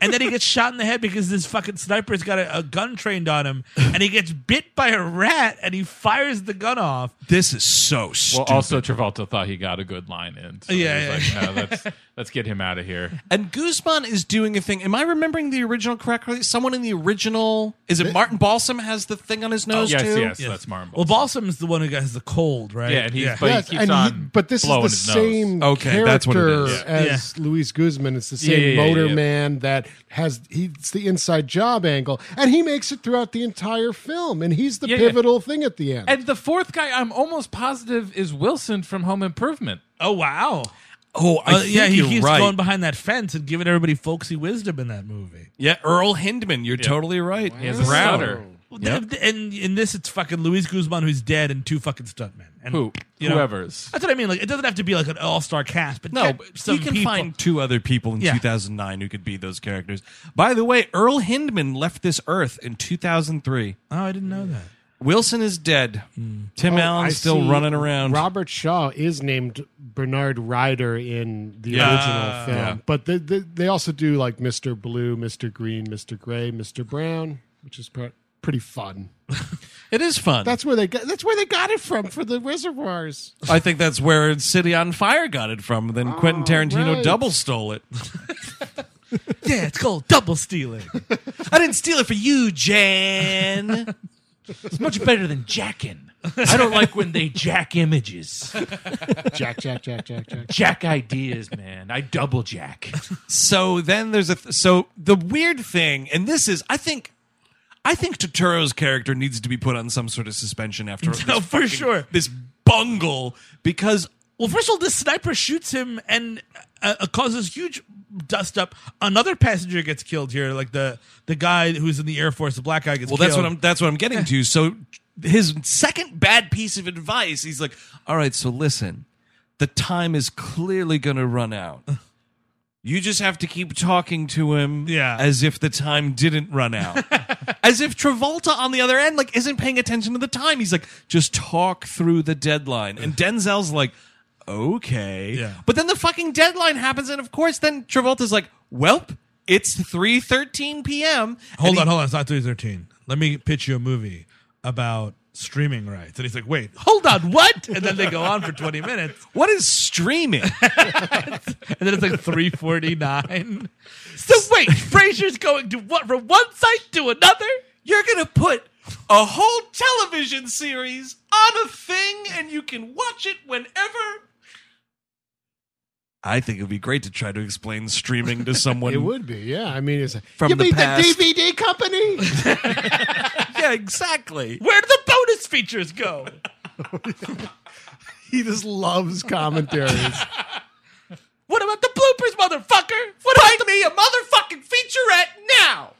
and then he gets shot in the head because this fucking sniper's got a, a gun trained on him, and he gets bit by a rat, and he fires the gun off. this is so stupid. Well, also Travolta thought he got a good line in. So Yeah, he was like, no, let's let's get him out of here. and Guzman is doing a thing. Am I remembering the original correctly? Someone in the original is it Martin Balsam has the thing on his nose yes, too? yes, that's Marble. Well, Balsam's the one who has the cold, right? yeah, and he's but Yes, he and keeps he- on. but this is blowing the his nose. same Okay, character that's what it is. as Luis Guzman. It's the Yeah, same yeah, yeah, motor yeah. man that has he, it's the inside job angle, and he makes it throughout the entire film, and he's the Yeah, yeah. pivotal thing at the end. And the fourth guy, I'm almost positive, is Wilson from Home Improvement. Oh wow. Oh, I Uh, yeah, think he you're keeps right. going behind that fence and giving everybody folksy wisdom in that movie. Yeah, Earl Hindman. You're totally right. He has a Brown. stutter. Well, th- th- And in this, it's fucking Luis Guzman who's dead and two fucking stuntmen. And, Who? you know, Whoever's. That's what I mean. Like it doesn't have to be like an all star cast, but No, get but some you can people. find two other people in Yeah. 2009 who could be those characters. By the way, Earl Hindman left this earth in 2003. Oh, I didn't know that. Wilson is dead. Tim Oh, I Allen's still see running around. Robert Shaw is named Bernard Ryder in the Yeah. original film, Yeah. but the, the, they also do like Mister Blue, Mister Green, Mister Gray, Mister Brown, which is pr- pretty fun. it is fun. That's where they got. That's where they got it from for the reservoirs. I think that's where City on Fire got it from. Then Quentin Tarantino right. double stole it. Yeah, it's called double stealing. I didn't steal it for you, Jan. It's much better than jacking. I don't like when they jack images, Jack, Jack, Jack, Jack, Jack. jack ideas, man. I double jack. so then there's a th- so the weird thing, and this is I think. I think Totoro's character needs to be put on some sort of suspension after No, this for sure. this bungle because well, first of all, this sniper shoots him and uh, uh, causes huge dust up. Another passenger gets killed here. Like the the guy who's in the Air Force, the black guy gets Well, killed. that's what I'm. That's what I'm getting to. So, his second bad piece of advice, he's like, "All right, so listen, the time is clearly going to run out. You just have to keep talking to him, Yeah. as if the time didn't run out, as if Travolta on the other end like isn't paying attention to the time. He's like, just talk through the deadline, and Denzel's like." Okay. Yeah. But then the fucking deadline happens, and of course, then Travolta's like, "Welp, it's three thirteen p.m." Hold And on, hold on. It's not 313. Let me pitch you a movie about streaming rights. And he's like, wait, hold on, what? And then they go on for 20 minutes. What is streaming? And then it's like 349. So wait, Frasier's going to what from one site to another? You're gonna put a whole television series on a thing and you can watch it whenever. I think it would be great to try to explain streaming to someone. It would be, yeah. I mean, it's From you the mean past. the DVD company. Yeah, exactly. Where do the bonus features go? he just loves commentaries. What about the bloopers, motherfucker? What about the- me a motherfucking featurette now?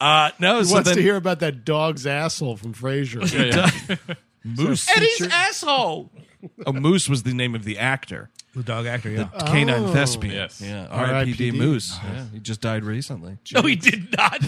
Uh, no, He so wants then to hear about that dog's asshole from Frasier. Moose. Eddie's asshole. oh, Moose was the name of the actor. The dog actor, yeah. Canine thespian. Yes. Yeah. R.I.P.D. R.I.P.D. Moose. Yeah, he just died recently. no, he did not.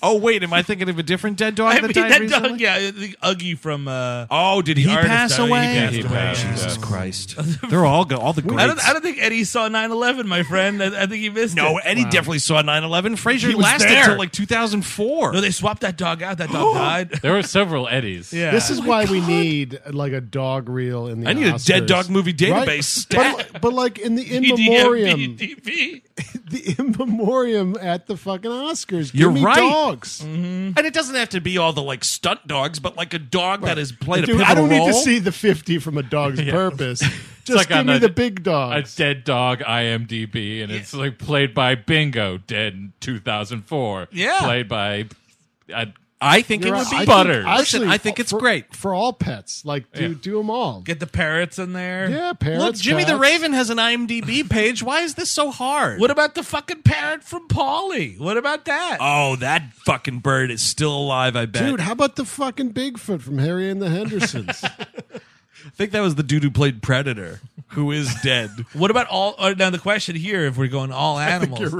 Oh, wait, am I thinking of a different dead dog I that mean, died that recently? dog, yeah, the Uggy from. Uh, Oh, did he, artist pass died. He away? passed He away. passed, Jesus yes. Christ! They're all go- all the greats. I don't, I don't think Eddie saw 9 11, my friend. I, I think he missed No, it. Eddie definitely saw 9-11. Frazier was lasted there. until like 2004. No, they swapped that dog out. That dog died. There were several Eddies. Yeah. This is why we need like a dog reel in the. I need a dead Oscars. dog movie Right? database stat. But, but like in the in memoriam, DDMBDB. the in memoriam at the fucking Oscars. You're Give me right. Mm-hmm. Dogs. and it doesn't have to be all the like stunt dogs, but like a dog that has played a Dude, pivotal I don't need role. to see the fifty from a dog's purpose. Just like give on me a- the big A dogs. dead dog IMDb, and it's like played by Bingo, dead in 2004. Yeah. Played by. I, I think it You're would right. be I think- butters. Listen, actually, I think it's for- great. for all pets. Like do do them all. Get the parrots in there. yeah, parrots. Look, Jimmy the cats. Raven has an IMDb page. Why is this so hard? What about the fucking parrot from Polly? What about that? Oh, that fucking bird is still alive. I bet. Dude, how about the fucking Bigfoot from Harry and the Hendersons? I think that was the dude who played Predator, who is dead. what about all? Or now the question here, if we're going all animals,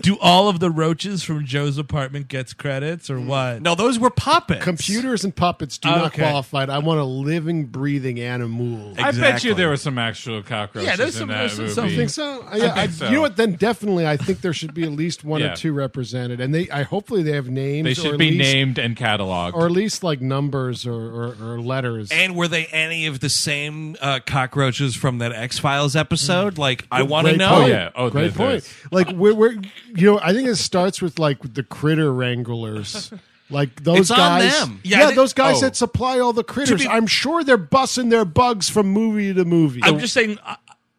do all of the roaches from Joe's apartment gets credits or what? no, those were puppets. Computers and puppets do not Okay. qualify. I want a living, breathing animal. I I bet you Exactly. there were some actual cockroaches Yeah, there's some- in that there's some- movie. something- think so. I, I, so. You know what? Then definitely, I think there should be at least one Yeah. or two represented, and they. I hopefully they have names. They or should at be least, named and cataloged. or at least like numbers or, or, or letters. And were they any of the same uh, cockroaches from that X Files episode? Like, I want to Great know. point. yeah. Oh, great there- point. Like we're, we're, you know, I think it starts with like the critter wranglers. Like those It's on guys, them. yeah, Yeah, they- those guys Oh. that supply all the critters. be- I'm sure they're bussing their bugs from movie to movie. I'm just saying, uh,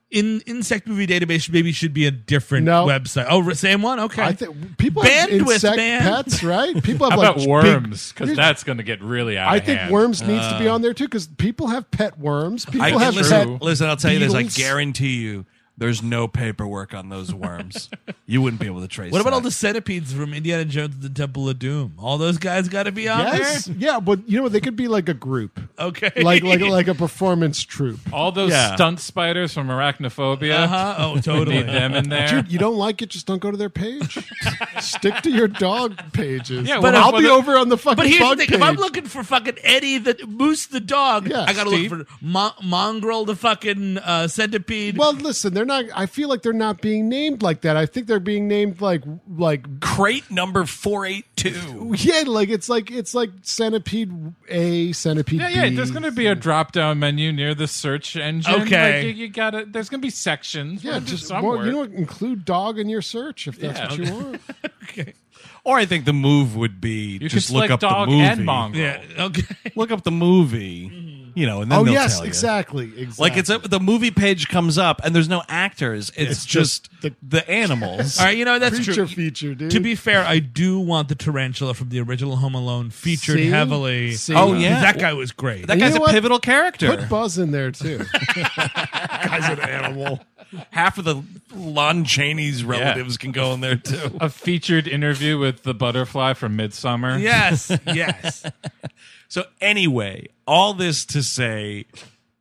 in insect movie database should- maybe should be a different website. Oh, re- same one. Okay, I think people have insect pets, right? People have How like about big- worms? Because that's going to get really out. I of think hand. worms needs to be on there too because people have pet worms. People I, have listen, pet listen, I'll tell you this. I beetles. guarantee you there's no paperwork on those worms. you wouldn't be able to trace What about that. all the centipedes from Indiana Jones and the Temple of Doom? All those guys got to be on Yes, there. yeah, but you know they could be like a group, Okay, like like like a performance troupe. All those Yeah. stunt spiders from Arachnophobia. Uh-huh. Oh, We totally. need them in there. Dude, you don't like it? Just don't go to their page. Stick to your dog pages. Yeah, Yeah, well, I'll well, be the- over on the fucking But here's bug the thing: page. if I'm looking for fucking Eddie the Moose the dog, Yeah, I gotta Steve. look for Mon- Mongrel the fucking uh, centipede. well, listen, they're not. I feel like they're not being named like that. I think they're being named like like crate number four eight two? yeah, like it's like it's like centipede A, centipede Yeah, yeah. B. There's going to be a drop-down menu near the search engine. Okay. Like, you, you gotta. There's going to be sections. yeah, We'll do just some more, work. you know what? Include dog in your search if that's Yeah. what you want. Or I think the move would be could just look select up dog the movie. and mongrel. Yeah, okay. Look up the movie. You know, and then oh they'll yes, tell you. exactly, exactly. Like it's a, the movie page comes up and there's no actors. It's, It's just, just the, animals. All right, you know that's creature true. feature, dude. To be fair, I do want the tarantula from the original Home Alone featured See? heavily. See? Oh, 'Cause yeah. that guy was great. That You guy's know a what? pivotal character. Put Buzz in there too. guy's an animal. Half of the Lon Chaney's relatives can go in there too. a featured interview with the butterfly from Midsummer. yes, yes. So anyway, all this to say,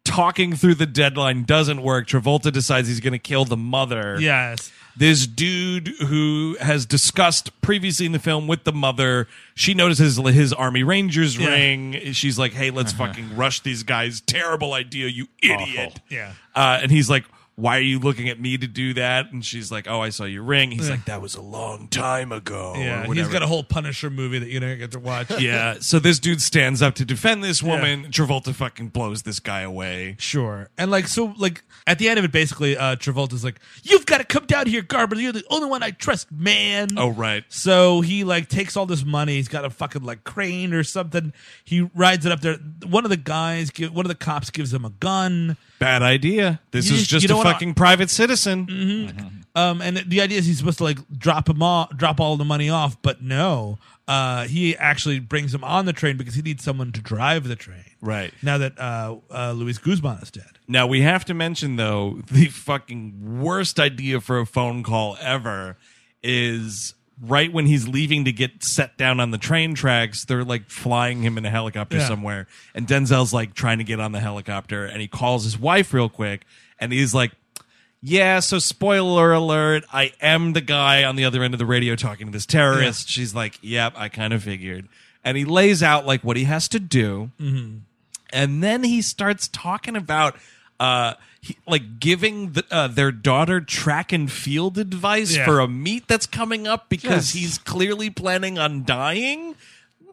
talking through the deadline doesn't work. Travolta decides he's going to kill the mother. Yes. This dude who has discussed previously in the film with the mother, she notices his Army Rangers Yeah. Uh-huh. ring. She's like, "Hey, let's fucking rush these guys! Terrible idea, you idiot!" Yeah. Uh, and he's like, "Why are you looking at me to do that?" And she's like, "Oh, I saw your ring." He's Yeah. like, "That was a long time ago." or Yeah, he's whatever. got a whole Punisher movie that you don't get to watch. Yeah. So this dude stands up to defend this woman. Travolta fucking blows this guy away. Sure. And like so like at the end of it basically uh Travolta's like, You've gotta come down here, Garber, you're the only one I trust, man. Oh, right. So he like takes all this money, he's got a fucking like crane or something. He rides it up there. One of the guys give one of the cops gives him a gun. Bad idea. This You is just- just you don't a wanna- fucking private citizen. Um, and the idea is he's supposed to like drop him off, drop all the money off, but no, uh, he actually brings him on the train because he needs someone to drive the train. Right. now that uh, uh, Luis Guzman is dead. Now, we have to mention, though, the fucking worst idea for a phone call ever is right when he's leaving to get set down on the train tracks, they're like flying him in a helicopter Yeah. somewhere. And Denzel's like trying to get on the helicopter and he calls his wife real quick and he's like, Yeah, so spoiler alert, I am the guy on the other end of the radio talking to this terrorist. She's like, Yep, I kind of figured. And he lays out like what he has to do Mm-hmm. and then he starts talking about uh he, like giving the, uh, their daughter track and field advice Yeah. for a meet that's coming up because Yes. he's clearly planning on dying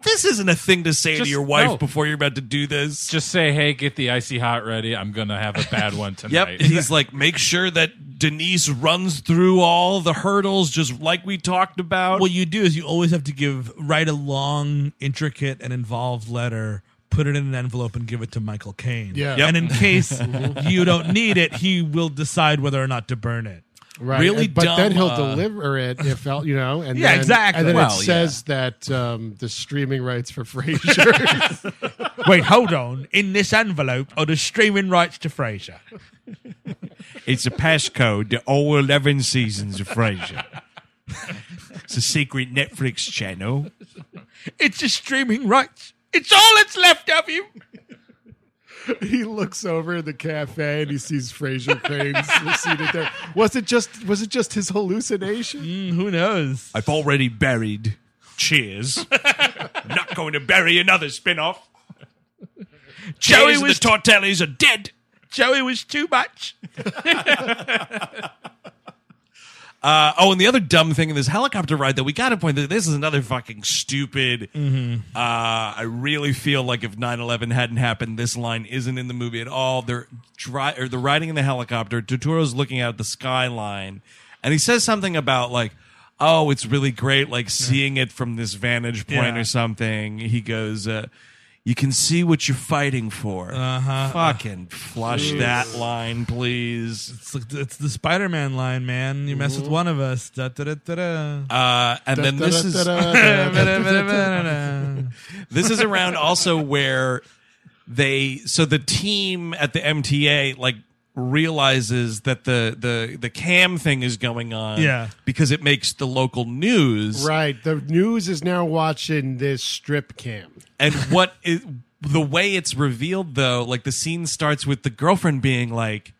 this isn't a thing to say to Just- your wife no. before you're about to do this Just say, hey, get the icy hot ready. I'm going to have a bad one yep tonight. he's like make sure that denise runs through all the hurdles just like we talked about What you do is you always have to give write a long, intricate, and involved letter. Put it in an envelope and give it to Michael Caine. Yeah. Mhm. Yep. And in case you don't need it, he will decide whether or not to burn it. Right. Really and- but dumb, then he'll uh, deliver it if I'll- you know, and Yeah, then, exactly. And then Well, it says that um, the streaming rights for Frasier. Wait, hold on. In this envelope are the streaming rights to Frasier. It's a passcode to all 11 seasons of Frasier. it's a secret Netflix channel. It's the streaming rights. It's all that's left of you. he looks over in the cafe and he sees Frasier Cranes seated there. Was it just was it just his hallucination? Who knows? I've already buried Cheers. I'm not going to bury another spin off. Joey Cheers and was- the Tortellis are dead. Joey was too much. Uh, oh, and the other dumb thing in this helicopter ride that we got to point that this is another fucking stupid. Mm-hmm. Uh, I really feel like if 9-11 hadn't happened, this line isn't in the movie at all. They're dry, or they're riding in the helicopter. Totoro's looking out at the skyline, and he says something about like, oh, it's really great, like seeing it from this vantage point Yeah. or something. He goes, uh, you can see what you're fighting for. Uh-huh. Fucking flush Jeez. that line, please. It's, like, it's the Spider-Man line, man. You mess with one of us. Da, da, da, da, da. Uh, and then this is this is around also where they so the team at the MTA like realizes that the the the cam thing is going on Yeah. because it makes the local news Right. The news is now watching this strip cam. and what is the way it's revealed though like the scene starts with the girlfriend being like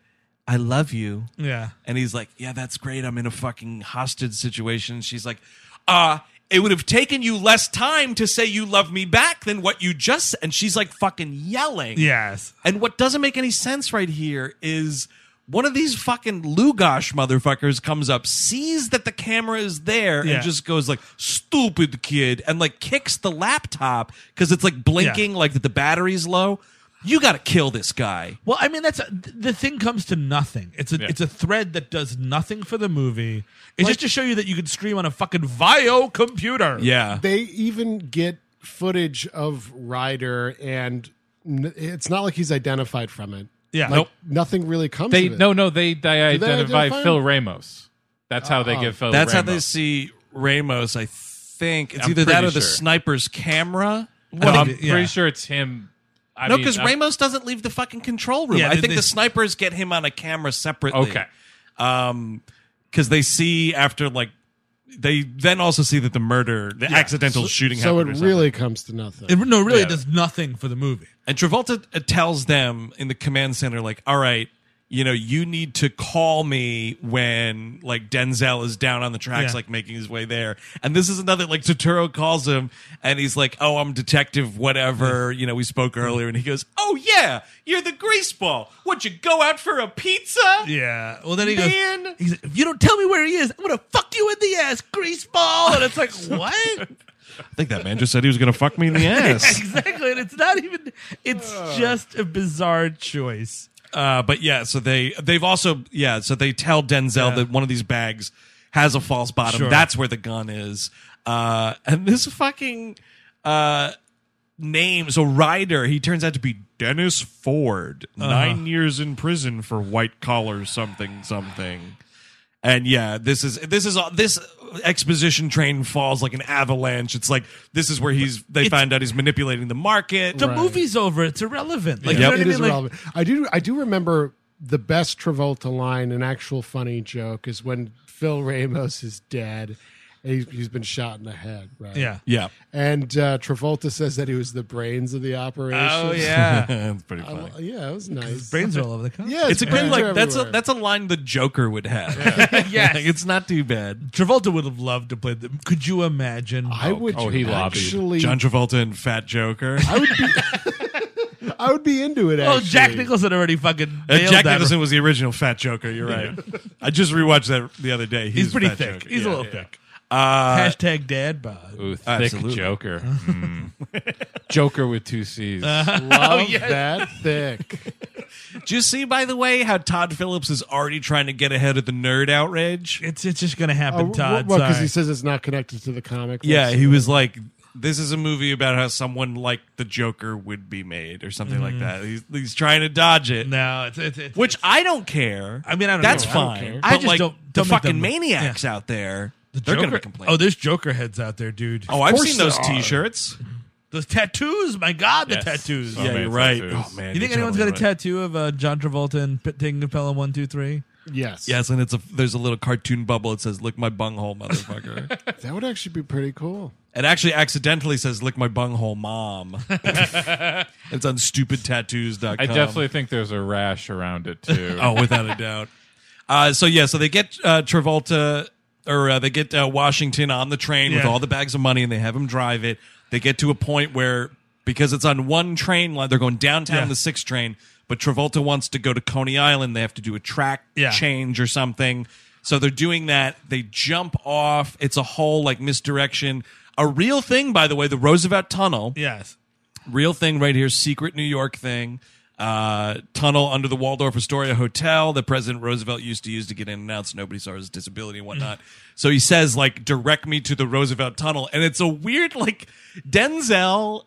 i love you Yeah. and he's like yeah that's great i'm in a fucking hostage situation And she's like uh it would have taken you less time to say you love me back than what you just and she's like fucking yelling Yes. and what doesn't make any sense right here is one of these fucking Lugosh motherfuckers comes up, sees that the camera is there, Yeah. and just goes like, stupid kid, and like kicks the laptop because it's like blinking, like that the battery's low. You gotta kill this guy. Well, I mean, that's the thing comes to nothing. It's a it's a thread that does nothing for the movie. It's just to show you that you can scream on a fucking Vio computer. Yeah. They even get footage of Ryder, and n- it's not like he's identified from it. Yeah. Like, Nope. Nothing really comes They of it. no no they Do they they identify, identify Phil him? Ramos. That's how they Oh. get Phil. That's how Ramos. they see Ramos, I think. It's I'm either that pretty or the sure. sniper's camera. Well, I I'm think- pretty sure it's him. I no, mean, uh, because I'm- Ramos doesn't leave the fucking control room. Yeah, I they- think they- the snipers get him on a camera separately. Okay. Um, because they see after like they then also see that the murder, the accidental shooting. So it happened or something. really comes to nothing. It, no, really, Yeah. it does nothing for the movie. And Travolta uh, tells them in the command center, like, all right, you know, you need to call me when like Denzel is down on the tracks, Yeah. like making his way there. And this is another like Totoro calls him and he's like, Oh, I'm detective, whatever. You know, we spoke earlier, and he goes, Oh yeah, you're the grease ball. Would you go out for a pizza? Yeah. Well, then he Man. goes. He's like, if you don't tell me where he is, I'm gonna fuck you in the ass, greaseball. And it's like, what? I think that man just said he was gonna fuck me in the ass. exactly. And it's not even. It's just a bizarre choice. Uh, but yeah, so they they've also yeah, so they tell Denzel that one of these bags has a false bottom. Sure. That's where the gun is. Uh, and this fucking uh, name, so Ryder, he turns out to be Dennis Ford, nine years in prison for white collar something something. And yeah, this is this is all this exposition train falls like an avalanche. It's like this is where he's they find out he's manipulating the market. The movie's over. It's irrelevant. Like Yeah. you know what It I is mean? Like, relevant. I do. I do remember the best Travolta line, an actual funny joke, is when Phil Ramos is dead. and He's, he's been shot in the head, right? Yeah. Yeah. And uh, Travolta says that he was the brains of the operation. Oh, That's pretty funny. I- yeah, it was nice. Oh, brains are all over the country. Yeah, it's a great brains are like that's a everywhere. that's a line the Joker would have. Yes. Like, it's not too bad. Travolta would have loved to play them. Could you imagine? I would oh, he lobbied. actually. John Travolta and Fat Joker. I would be. I would be into it. Oh, Actually. Jack Nicholson already fucking Uh, nailed Jack that. Nicholson was the original Fat Joker. You're right. I just rewatched that the other day. He's pretty Fat thick. Joker. He's Yeah, a little yeah. thick. Uh, Hashtag dad bod. Ooh, thick Absolutely. Joker. Mm. Joker with two C's. Uh-huh. Oh, Love that thick. do you see, by the way, how Todd Phillips is already trying to get ahead of the nerd outrage? It's it's just gonna Oh, Uh, happen, Todd. well, because sorry. he says it's not connected to the comic. Yeah, books. he was like, "This is a movie about how someone like the Joker would be made, or something Mm. like that." He's, he's trying to dodge it. no, it's it's, it's Which I don't care. I mean, I don't That's know. I don't fine. care. But I just like, don't- the don't make fucking them- maniacs out there. they're Joker. gonna be complaining. Oh, there's Joker heads out there, dude. Oh, I've course seen there those are. T-shirts. those tattoos. My God, the Yes. tattoos. So many tattoos. man, Oh, You think you're anyone's totally got a right. tattoo of uh, John Travolta and P- Ting Capella one two three? yes, Yes, and it's a there's a little cartoon bubble. It says "Lick my bunghole, motherfucker." That would actually be pretty cool. it actually accidentally says "Lick my bunghole, mom." it's on stupidtattoos.com. I definitely think there's a rash around it too. oh, without a doubt. Uh, so yeah, so they get uh, Travolta or uh, they get uh, Washington on the train with Yeah. all the bags of money, and they have him drive it. They get to a point where because it's on one train line, they're going downtown Yeah. the six train, but Travolta wants to go to Coney Island. They have to do a track Yeah. change or something. So they're doing that. They jump off. It's a whole like misdirection. A real thing, by the way, the Roosevelt Tunnel Yes. real thing right here, secret New York thing. uh, tunnel under the Waldorf Astoria Hotel that President Roosevelt used to use to get in and out so nobody saw his disability and Mm. whatnot. so he says, like, direct me to the Roosevelt Tunnel. And it's a weird, like, Denzel.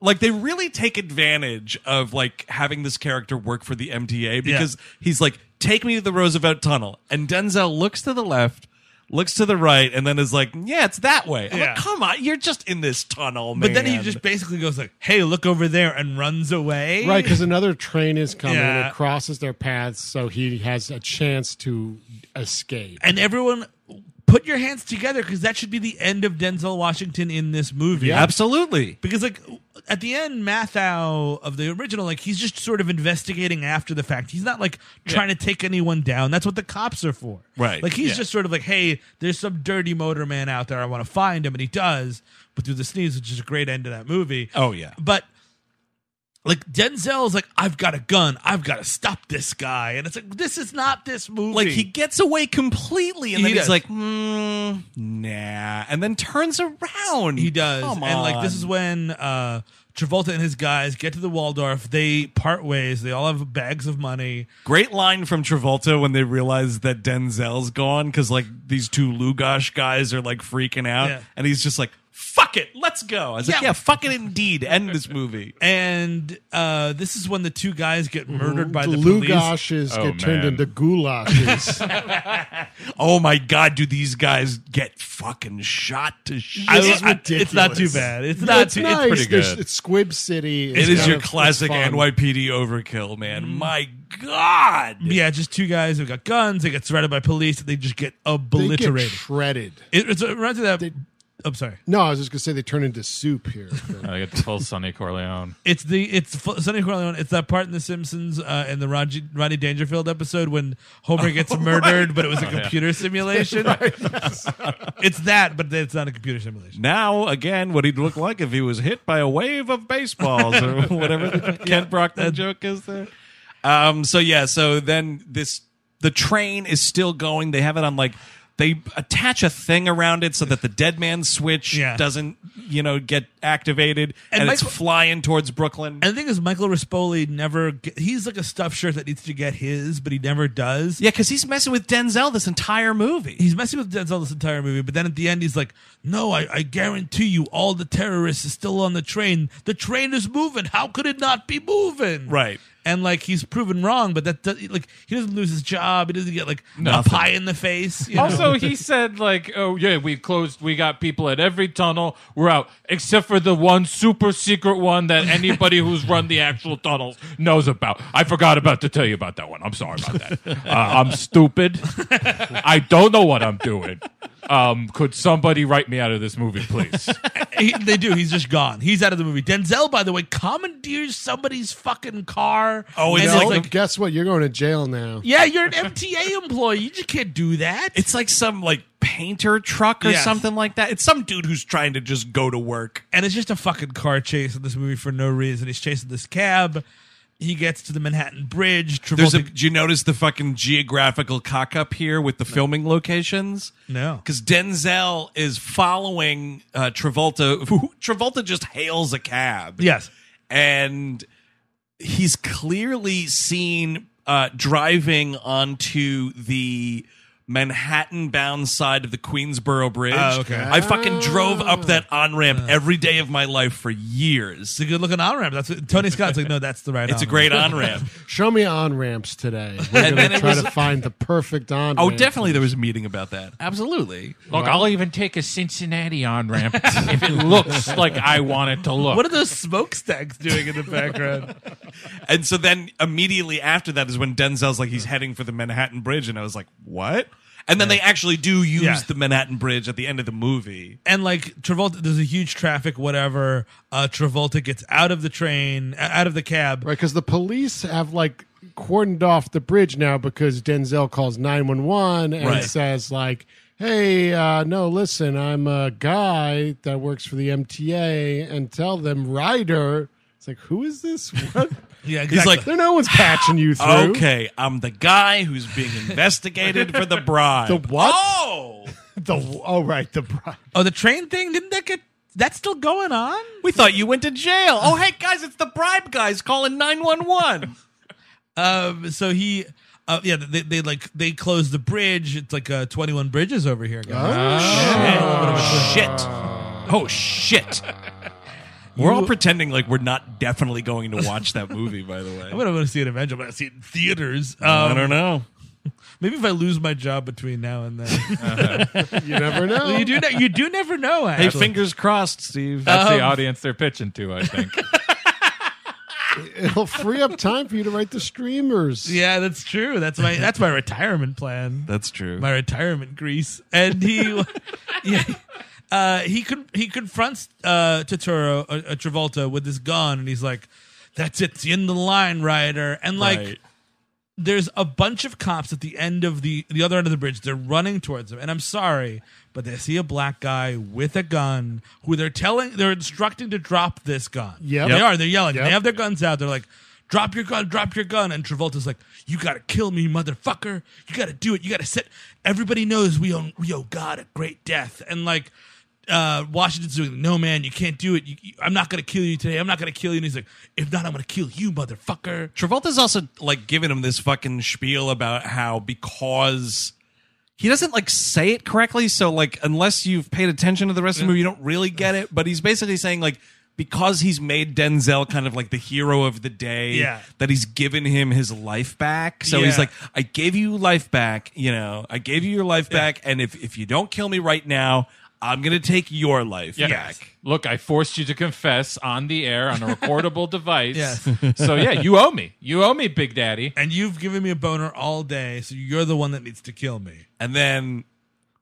Like they really take advantage of like having this character work for the MTA because he's like, take me to the Roosevelt Tunnel, and Denzel looks to the left, looks to the right, and then is like, yeah, it's that way. I'm like, Yeah. come on, you're just in this tunnel, man. But then he just basically goes like, "Hey, look over there," and runs away. Right, because another train is coming. Yeah. It crosses their paths, so he has a chance to escape. and everyone put your hands together because that should be the end of Denzel Washington in this movie. Yeah. Absolutely. Because like at the end, Mathau of the original, like he's just sort of investigating after the fact. He's not like trying to take anyone down. That's what the cops are for. Right. Like he's Yeah. just sort of like, hey, there's some dirty motor man out there. I want to find him, and he does. But through the sneeze, which is a great end to that movie. Oh, yeah. But like Denzel's like, I've got a gun. I've got to stop this guy. And it's like, this is not this movie. like he gets away completely, and then He he's does. like, mm, nah, and then turns around. He does. Come and like this on. is when uh Travolta and his guys get to the Waldorf. They part ways. They all have bags of money. Great line from Travolta when they realize that Denzel's gone because like these two Lugosh guys are like freaking out, Yeah. and he's just like, "Fuck it, let's go." I was like, Yeah. "Yeah, fuck it, indeed." End this movie. And uh this is when the two guys get murdered by the Lugashes police. get turned into goulashes. Oh my god, do these guys get fucking shot to shit? I- I- it's not too bad. It's not too. nice. It's pretty good. There's- It's Squib City. It is It's Mm-hmm. kind your of- it's classic fun. NYPD overkill, man. My God. Yeah, just two guys who got guns. They get surrounded by police. They just get They get obliterated. shredded. It, it's, it reminds me of that. I'm sorry. No, I was just gonna say they turn into soup here. I get the full Sonny Corleone. It's the it's F- Sonny Corleone. It's that part in The Simpsons uh, in the Rodney, Rodney Dangerfield episode when Homer gets murdered, but it was a computer simulation. it's that, but it's not a computer simulation. Now, again, what he'd look like if he was hit by a wave of baseballs or whatever the Kent Brockman joke is there. Um, so, yeah, so then this, the train is still going. They have it on like, they attach a thing around it so that the dead man switch Yeah. doesn't, you know, get activated and, And it's Michael- flying towards Brooklyn. And the thing is, Michael Rispoli never. Get, he's like a stuffed shirt that needs to get his, but he never does. yeah, because he's messing with Denzel this entire movie. He's messing with Denzel this entire movie, but then at the end he's like, "No, I, I guarantee you, all the terrorists are still on the train. The train is moving. How could it not be moving?" Right. and like he's proven wrong, but that does, like he doesn't lose his job. He doesn't get like a pie in the face. You know? Also, he said like, "Oh yeah, we closed. We got people at every tunnel. We're out, except for the one super secret one that anybody who's run the actual tunnels knows about." I forgot about to tell you about that one. I'm sorry about that. Uh, I'm stupid. I don't know what I'm doing. Um, could somebody write me out of this movie, please? he, they do. He's just gone. He's out of the movie. Denzel, by the way, commandeers somebody's fucking car. Oh, it's and like- No, guess what? You're going to jail now. yeah, you're an MTA employee. You just can't do that. It's like some like painter truck or Yes. something like that. It's some dude who's trying to just go to work. and it's just a fucking car chase in this movie for no reason. He's chasing this cab. He gets to the Manhattan Bridge. There's a. Travolta- Do you notice the fucking geographical cock up here with the filming locations? no. Because Denzel is following uh, Travolta. Who, Travolta just hails a cab. Yes. and he's clearly seen uh, driving onto the Manhattan bound side of the Queensboro Bridge. Oh, okay. I fucking drove up that on ramp every day of my life for years. It's a good looking on ramp. That's what, Tony Scott's like, no, that's the right. It's a on-ramp." great on ramp. Show me on ramps today. We're And going then it to try was- to find the perfect on. Oh, definitely there was a meeting about that. Absolutely. Look, I'll even take a Cincinnati on ramp if it looks like I want it to look. What are those smokestacks doing in the background? And so then immediately after that is when Denzel's like he's heading for the Manhattan Bridge, and I was like, what? And then they actually do use Yeah. the Manhattan Bridge at the end of the movie. and like Travolta, there's a huge traffic, whatever. Uh, Travolta gets out of the train, uh, out of the cab. Right, because the police have like cordoned off the bridge now because Denzel calls 911 and Right. says, like, hey, uh, no, listen, I'm a guy that works for the MTA and tell them Ryder. It's like, who is this? What? Yeah, He's exactly. like, there, no one's patching you through. Okay, I'm the guy who's being investigated for the bribe. The what? Oh, The, oh, right, the bride. oh, the train thing didn't that get That's still going on? We thought you went to jail. Oh, hey, guys, it's the bribe guys calling 911. Um, so he, uh, yeah, they, they like they closed the bridge. It's like uh, twenty one bridges over here, guys. shit. Oh, shit. We're all pretending like we're not definitely going to watch that movie, by the way. I'm gonna want to see it eventually. I'm gonna see it in theaters. Um, I don't know. Maybe if I lose my job between now and then, You never know. Well, you do. Ne- you do never know. Hey, Actually. fingers crossed, Steve. That's the audience they're pitching to, I think. It'll free up time for you to write the streamers. yeah, that's true. That's my that's my retirement plan. That's true. my retirement grease and he yeah, uh, he con- he confronts uh Totoro uh, uh, Travolta with his gun and he's like that's it it's the end of the line rider and like Right. there's a bunch of cops at the end of the the other end of the bridge they're running towards him and I'm sorry but they see a black guy with a gun who they're telling they're instructing to drop this gun Yep. they are they're yelling Yep. they have their guns out they're like Drop your gun, drop your gun. And Travolta's like, You gotta kill me, motherfucker. You gotta do it. You gotta set everybody knows we own we owe God a great death. And like uh Washington's doing, No man, you can't do it. You, you- I'm not gonna kill you today. I'm not gonna kill you. And he's like, If not, I'm gonna kill you, motherfucker. Travolta's also like giving him this fucking spiel about how because he doesn't like say it correctly, so like unless you've paid attention to the rest of the movie, you don't really get it. But he's basically saying like because he's made Denzel kind of like the hero of the day, Yeah. that he's given him his life back. So he's Yeah. like, I gave you life back, you know, I gave you your life back, and if if you don't kill me right now, I'm gonna take your life back. Look, I forced you to confess on the air on a recordable device. Yes. So yeah, you owe me. You owe me, Big Daddy. And you've given me a boner all day, so you're the one that needs to kill me. And then,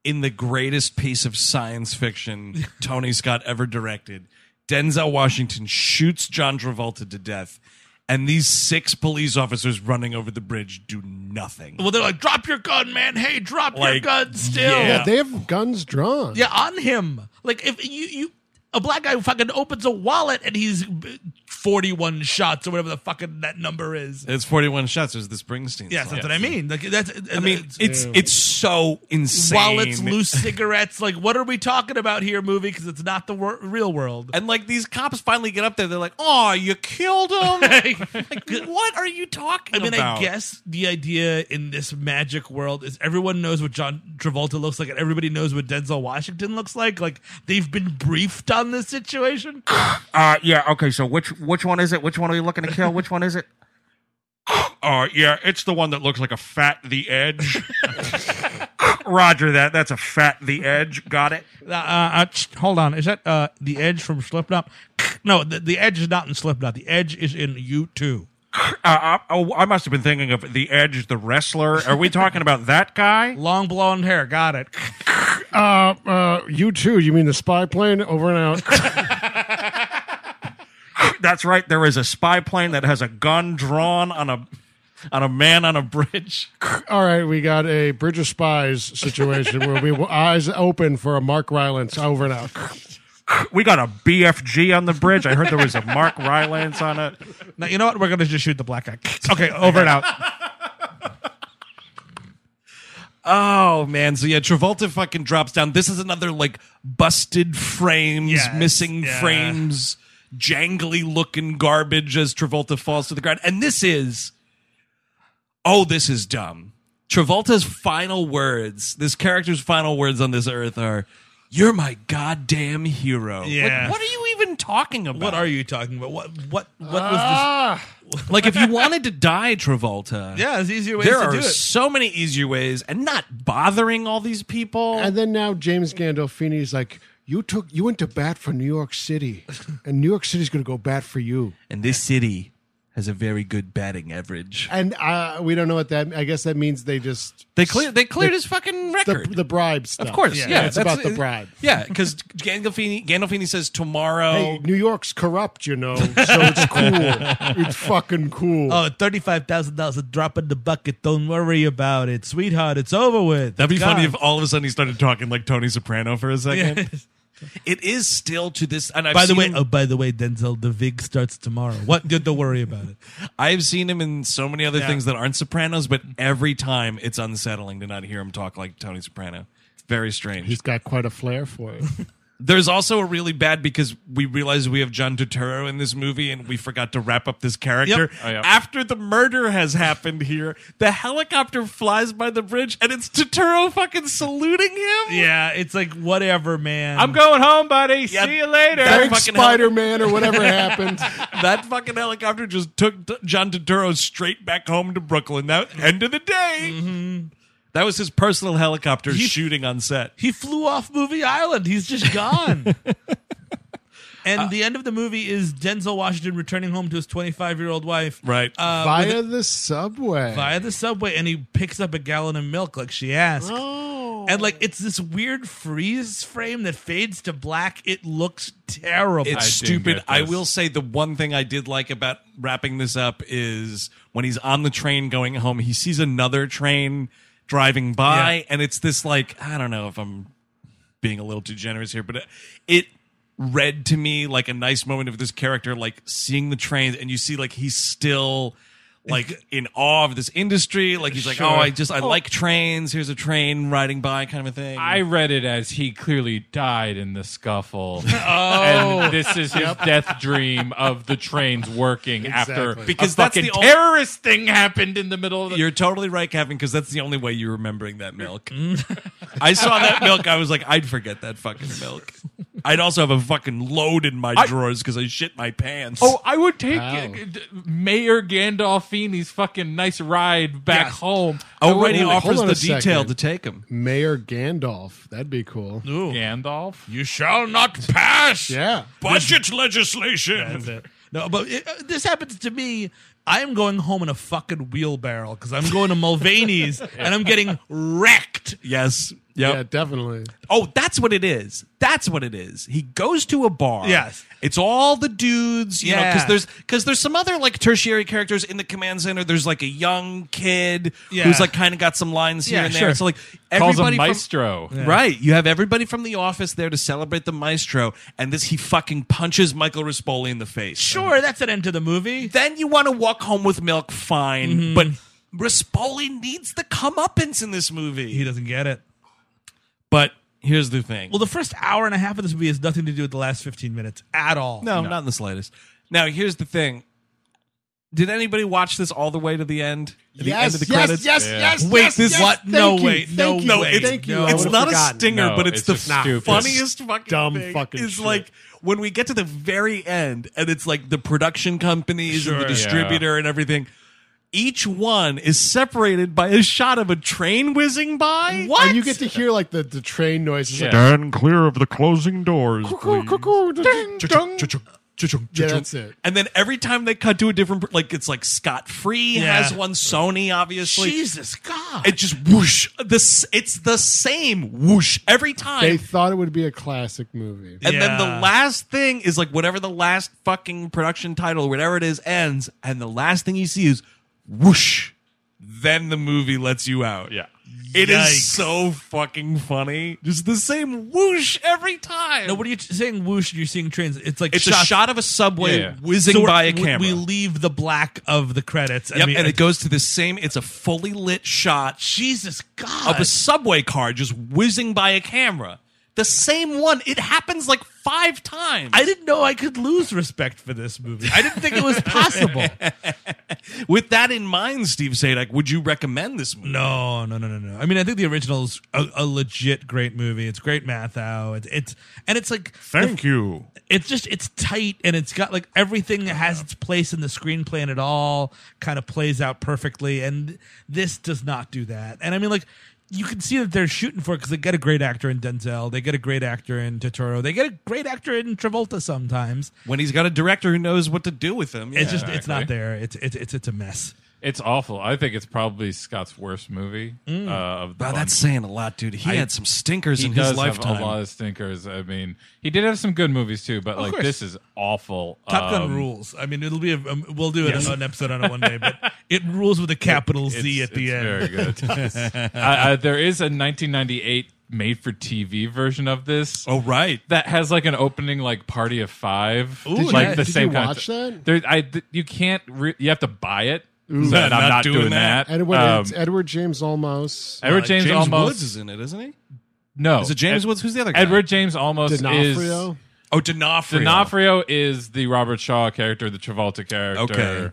in the greatest piece of science fiction Tony Scott ever directed, Denzel Washington shoots John Travolta to death, and these six police officers running over the bridge do nothing. Well, they're like, Drop your gun, man. Hey, drop your Like, gun still. yeah. Yeah, they have guns drawn. Yeah, on him. Like if you you a black guy fucking opens a wallet and he's forty one shots or whatever the fucking that number is. It's forty-one shots. There's the Springsteen. Yes, song. that's what I mean. Like that's I mean, it's it's so insane. wallets, loose cigarettes. Like what are we talking about here, movie? Because it's not the wor- real world. And like these cops finally get up there, they're like, "Oh, you killed him! like, what are you talking I mean, about?" I guess the idea in this magic world is everyone knows what John Travolta looks like, and everybody knows what Denzel Washington looks like. Like they've been briefed on this situation. Uh, yeah. Okay. So which which one is it? Which one are you looking to kill? Which one is it? Uh, yeah, it's the one that looks like a fat the edge. Roger that. That's a fat the edge. Got it. Uh, uh, uh, tsh, hold on. Is that uh, the Edge from Slipknot? No, the, the Edge is not in Slipknot. The Edge is in U2. Uh, I, oh, I must have been thinking of the edge, the wrestler. Are we talking about that guy? Long blonde hair. Got it. Uh, uh, you too. You mean the spy plane over and out? That's right. There is a spy plane that has a gun drawn on a on a man on a bridge. All right, we got a Bridge of Spies situation where we eyes open for a Mark Rylance over and out. We got a BFG on the bridge. I heard there was a Mark Rylance on it. Now, you know what? We're going to just shoot the black guy. Okay, over and out. Oh man, so yeah, Travolta fucking drops down. This is another like busted frames, Yes, missing yeah. frames, jangly looking garbage as Travolta falls to the ground. And this is oh, this is dumb. Travolta's final words, this character's final words on this earth are you're my goddamn hero. Like, Yeah. what are you even talking about? What are you talking about? What what what was Ah, you like? If you wanted to die, Travolta, this? Yeah, there's easier ways there to are do it. so many easier ways, and not bothering all these people. and then now James Gandolfini's like, you took you went to bat for New York City, and New York City's going to go bat for you. and this city has a very good batting average. And uh, we don't know what that. I guess that means they just They clear they cleared the- his fucking the, record. the bribe stuff. of course, yeah, yeah, it's that's- about the bribe. Yeah, because Gandolfini, Gandolfini says tomorrow. Hey, New York's corrupt, you know, so it's cool. it's fucking cool. Oh, $35,000 a drop in the bucket. Don't worry about it. Sweetheart, it's over with. That'd be God. funny if all of a sudden he started talking like Tony Soprano for a second. It is still to this, and I've By the seen way, him- oh, by the way, Denzel, the VIG starts tomorrow. What? Don't worry about it. I've seen him in so many other things that aren't Sopranos, but every time it's unsettling to not hear him talk like Tony Soprano. It's very strange. He's got quite a flair for it. There's also a really bad because we realize we have John Turturro in this movie and we forgot to wrap up this character. Oh, yeah. After the murder has happened here, the helicopter flies by the bridge and it's Turturro fucking saluting him. Yeah, it's like whatever, man. I'm going home, buddy. See you later. That Thanks, fucking Uh, heli- Spider-Man, or whatever happened. that fucking helicopter just took D- John Turturro straight back home to Brooklyn. That end of the day. That was his personal helicopter shooting on set. He flew off Movie Island. He's just gone. and Uh, the end of the movie is Denzel Washington returning home to his 25 year old wife. Right. Uh, Via with- the subway. via the subway, and he picks up a gallon of milk like she asked. And like it's this weird freeze frame that fades to black. It looks terrible. It's stupid. I will say the one thing I did like about wrapping this up is when he's on the train going home, he sees another train driving by, Yeah. and it's this like I don't know if I'm being a little too generous here, but it, it read to me like a nice moment of this character like seeing the trains, and you see like he's still. Like in awe of this industry, like he's like, Sure. oh, I just I Oh. like trains. Here's a train riding by, kind of a thing. I read it as he clearly died in the scuffle. Oh. And this is his death dream of the trains working after Exactly. because Because a that's the fucking ol- terrorist thing happened in the middle of the You're totally right, Kevin, because that's the only way you're remembering that milk. I saw that milk. I was like, I'd forget that fucking milk. I'd also have a fucking load in my drawers because I shit my pants. Oh, I would take Wow. uh, d- Mayor Gandolfini's fucking nice ride back home. oh right, I he would- offers on the a second. detail to take him. Mayor Gandalf. That'd be cool. Gandalf. You shall not pass. Yeah. Budget legislation. No, but it, uh, this happens to me. I am going home in a fucking wheelbarrow because I'm going to Mulvaney's and I'm getting wrecked. Yes. Yeah, Yep. definitely. Oh, that's what it is. That's what it is. He goes to a bar. Yes. It's all the dudes, you know, Yeah. because there's because there's some other like tertiary characters in the command center. There's like a young kid Yeah. who's like kind of got some lines here Yeah, and there. sure. So like calls him everybody from- maestro. Right. You have everybody from the office there to celebrate the maestro, and this he fucking punches Michael Rispoli in the face. Sure, that's an end to the movie. Then you want to walk home with milk, fine, Mm-hmm. but Rispoli needs the comeuppance in this movie. He doesn't get it. But here's the thing. Well, the first hour and a half of this movie has nothing to do with the last 15 minutes at all. no, not in the slightest. Now here's the thing. Did anybody watch this all the way to the end? To the end of the credits? Wait, this what? Thank No, you, wait, thank no you, No, way. it's, thank you. I it's would've not forgotten. a stinger, No, but it's, it's the just stupid. funniest fucking Dumb thing. fucking is shit. like when we get to the very end, and it's like the production companies and the distributor and everything. Each one is separated by a shot of a train whizzing by. And you get to hear like the, the train noises. like, Stand clear of the closing doors, "Cuckoo, cuckoo, ding, dong." Yeah, that's it. And then every time they cut to a different, like it's like Scott Free Yeah. has one, Sony obviously. Jesus God. It just whoosh. This it's the same whoosh every time. They thought it would be a classic movie. And then Yeah. the last thing is like whatever the last fucking production title, whatever it is, ends, and the last thing you see is whoosh. Then the movie lets you out. Yeah. It is Yikes. so fucking funny. Just the same whoosh every time. no, what are you t- saying? Whoosh, you're seeing trains. It's like it's a shots- shot of a subway Yeah. whizzing So we're- by a we- camera. We leave the black of the credits. yep, we- and it goes to the same. It's a fully lit shot Jesus God. of a subway car just whizzing by a camera. The same one. It happens like five times. I didn't know I could lose respect for this movie. I didn't think it was possible. With that in mind, Steve Sadek, would you recommend this movie? no, no, no, no, no. I mean, I think the original is a, a legit great movie. It's great Mathau. It's, it's and it's like Thank you. it's just it's tight and it's got like everything that has its place in the screenplay and it all kind of plays out perfectly and this does not do that and i mean like you can see that they're shooting for it because they get a great actor in denzel they get a great actor in totoro they get a great actor in travolta sometimes When he's got a director who knows what to do with him. it's just it's not Exactly. there it's it's it's, it's a mess It's awful. I think it's probably Scott's worst movie uh, of the Wow, bunch. that's saying a lot, dude. He had some stinkers he in does his lifetime. have a lot of stinkers. I mean, he did have some good movies too, but like course. this is awful. Top Gun Um, rules. I mean, it'll be a, um, we'll do an- an episode on it one day, but it rules with a capital Z it's- at the it's end. Very good. I, I, there is a 1998 made-for-TV version of this. oh, right. that has like an opening like party of five. Did you- like yeah, the did same you kind watch of, that? There, I, th- you can't. Re- you have to buy it. So I'm I'm not not, doing doing that. Edward, Um, Edward James Olmos. Edward James, James almost. Woods is in it, isn't he? No. Is it James Ed- Woods? Who's the other guy? Edward James almost D'Onofrio? is. Oh, D'Onofrio. D'Onofrio is the Robert Shaw character, the Travolta character. Okay.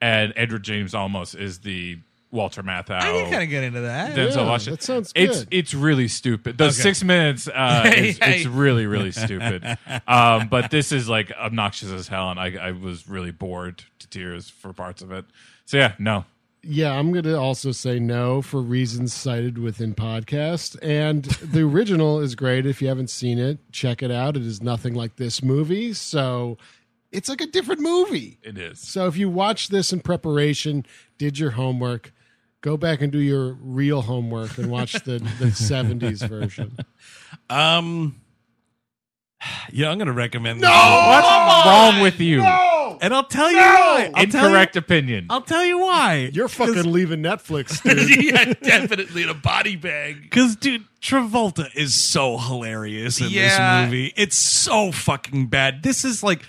And Edward James almost is the Walter Matthau. I can kinda get into that. Denzel Yeah, Washington. that sounds It's good. it's really stupid. The Okay. six minutes uh, is, Yeah. it's really really stupid. Um, but this is like obnoxious as hell, and I, I was really bored to tears for parts of it. So yeah, no, Yeah, I'm going to also say no for reasons cited within podcast. And the original is great. If you haven't seen it, check it out. It is nothing like this movie. So it's like a different movie. It is. So if you watch this in preparation, did your homework, go back and do your real homework and watch the, the 70s version. Um, yeah, I'm going to recommend. No! What's wrong with you? And I'll tell you why. I'll tell Incorrect you- opinion. I'll tell you why. You're fucking leaving Netflix, dude. yeah, definitely in a body bag. Because, dude, Travolta is so hilarious in Yeah. this movie. It's so fucking bad. This is like,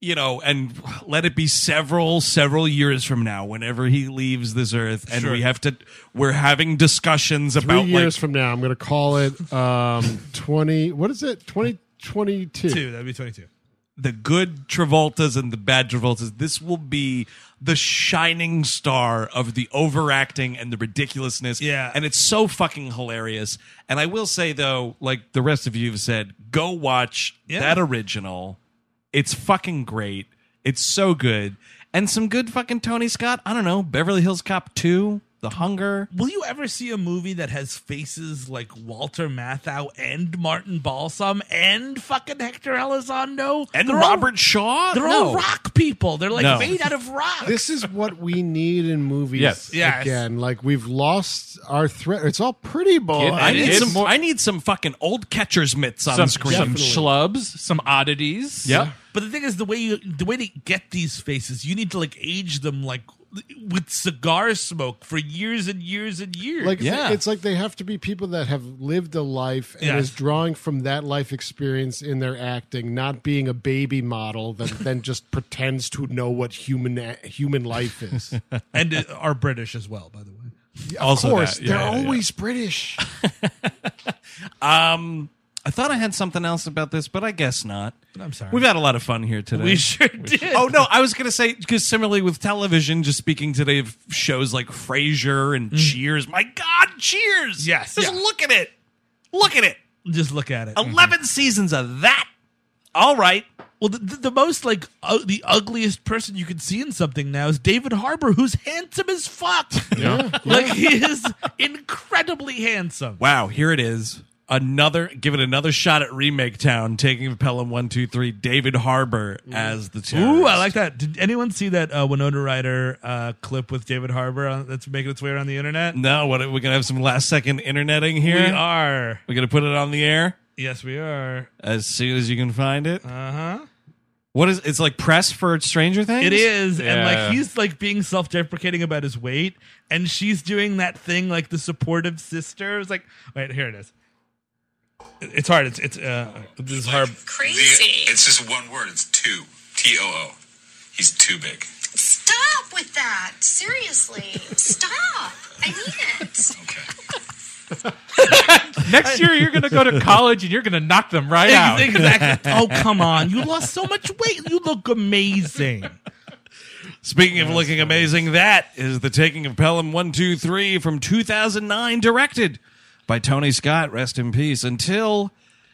you know, and let it be several, several years from now, whenever he leaves this earth, and Sure. we have to, we're having discussions Three about years like. from now, I'm going to call it um, 20. What is it? 2022. Two. That'd be twenty-two. the good Travoltas and the bad Travoltas. This will be the shining star of the overacting and the ridiculousness. Yeah. And it's so fucking hilarious. And I will say, though, like the rest of you have said, go watch Yeah. that original. It's fucking great. It's so good. And some good fucking Tony Scott. I don't know. Beverly Hills Cop 2, The Hunger. Will you ever see a movie that has faces like Walter Matthau and Martin Balsam and fucking Hector Elizondo And They're all- Robert Shaw? They're all No. rock people. They're like No. made out of rock. This is what we need in movies Yes. Yes. again. Like we've lost our threat. It's all pretty boy. I need some. I need some fucking old catcher's mitts on some screen. some schlubs, some oddities. Yeah. But the thing is, the way you the way to get these faces, you need to like age them like with cigar smoke for years and years and years. Like it's- it's like they have to be people that have lived a life and Yes. is drawing from that life experience in their acting, not being a baby model that then just pretends to know what human human life is. and uh, are British as well, by the way. Yeah, of course, they're always British. Um, I thought I had something else about this, but I guess not. I'm sorry. We've had a lot of fun here today. We sure did. Oh no, I was gonna say because similarly with television, just speaking today of shows like Frasier and Cheers. My God, Cheers! Mm. Yes, just yeah. Mm-hmm. look at it. Look at it. Just look at it. Mm. 11 seasons of that. All right. Well, the, the, the most like u- the ugliest person you can see in something now is David Harbour, who's handsome as fuck. Yeah. like he is incredibly handsome. Wow, here it is. Another give it another shot at Remake Town, taking Pelham One Two Three. David Harbour as the terrorist. Ooh, I like that. Did anyone see that uh, Winona Ryder uh, clip with David Harbour on, that's making its way around the internet? No, what we're gonna have some last second interneting here. We are. We're gonna put it on the air Yes, we are. as soon as you can find it. Uh huh. What is it's like press for Stranger Things? It is, and Yeah. like he's like being self-deprecating about his weight, and she's doing that thing like the supportive sister. It's like, wait, here it is. It's hard. It's it's uh, this is hard. Crazy. it's just one word. It's too. T O O. He's too big. Stop with that. Seriously. Stop. I need it. Next year, you're going to go to college and you're going to knock them right out. Exactly. oh come on, you lost so much weight. You look amazing. Speaking of looking amazing, that is the taking of Pelham One Two Three from 2009, directed by Tony Scott. Rest in peace. Until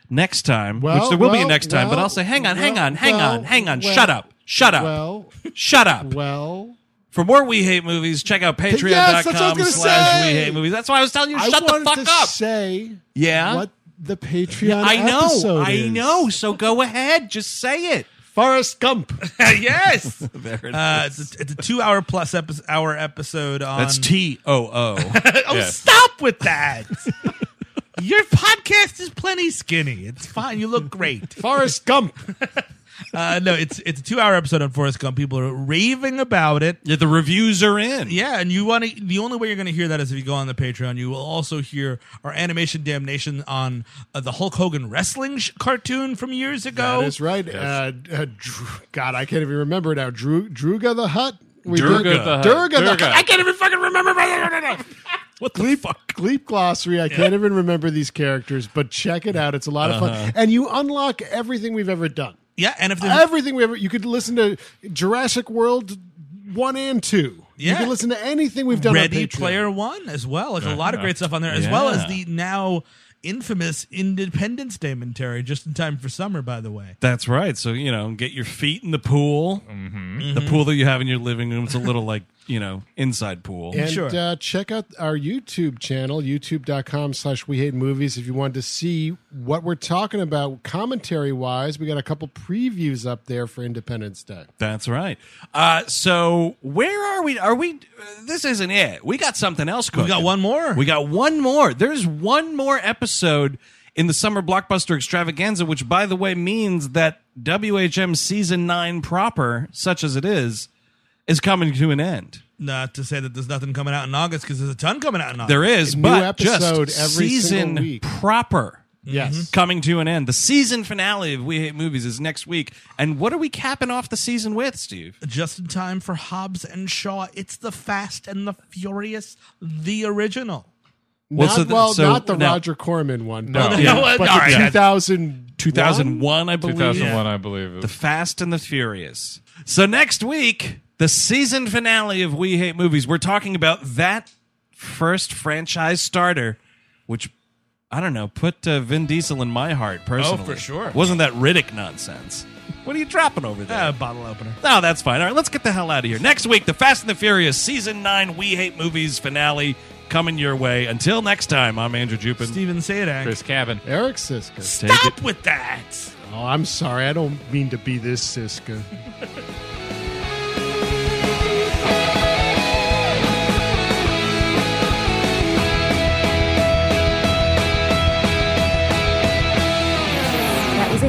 next time, Well, which there will be a well, next time. but well, I'll say, hang on, hang well, on, hang well, on, hang on. well, shut up, shut up, well, shut up. Well, for more we hate movies, check out Yes, that's what I was patreon.com gonna slash say. we hate movies. That's why I was telling you, shut the wanted fuck to up. Say Yeah? what the Patreon. I know, episode I is. know. So go ahead, just say it. Forrest Gump. yes. There it Uh, it's, a, it's a two-hour plus epi- hour episode on. That's T O O. oh, stop with that. Your podcast is plenty skinny. It's fine. You look great. Forrest Gump. Uh, no, it's it's a two hour episode on Forrest Gump. People are raving about it. Yeah, the reviews are in. Yeah, and you want to. The only way you're going to hear that is if you go on the Patreon. You will also hear our animation damnation on uh, the Hulk Hogan wrestling sh- cartoon from years ago. That is right. Uh, uh, Dru- God, I can't even remember now. Drew, Druga the Hut. Durga the Hutt. Durga the Durga. Hutt. I can't even fucking remember. what the fuck? Gleep Glossary. I can't even remember these characters, but check it out. It's a lot of Uh-huh. fun. And you unlock everything we've ever done. Yeah, and if there's- everything we ever you could listen to Jurassic World 1 and 2. You Yeah. can listen to anything we've done Ready on Patreon. Player One as well. There's a lot of Uh-huh. great stuff on there, as well as Yeah. the now infamous Independence Day Terry, just in time for summer, by the way. That's right. So you know, get your feet in the pool, the Mhm. pool that you have in your living room. It's a little like you know inside pool. And uh, check out our YouTube channel, youtube.com slash we hate movies, if you want to see what we're talking about commentary wise. We got a couple previews up there for Independence Day. That's right. Uh, so where are we? Are we? uh, This isn't it. We got something else. Cooking. got one more. We got one more. There's one more episode in the summer blockbuster extravaganza, which, by the way, means that WHM season nine proper, such as it is, is coming to an end. Not to say that there's nothing coming out in August because there's a ton coming out in August. There is, but just season proper. Yes. Coming to an end. The season finale of We Hate Movies is next week. And what are we capping off the season with, Steve? Just in time for Hobbs and Shaw. It's the Fast and the Furious, the original. Well, not, so th- well, so not the now- Roger Corman one. No. but, Yeah. but All right. the 2000, 2001, I believe. 2001, I believe. The Fast and the Furious. So next week, the season finale of We Hate Movies, we're talking about that first franchise starter, which I don't know, put uh, Vin Diesel in my heart personally. Oh, for sure. Wasn't that Riddick nonsense? What are you dropping over there? Uh, bottle opener. No, that's fine. All right, let's get the hell out of here. Next week, the Fast and the Furious season nine We Hate Movies finale coming your way. Until next time, I'm Andrew Jupin. Steven Sadak. Chris Cabin. Eric Siska. Stop with that. Oh, I'm sorry. I don't mean to be this Siska. That was a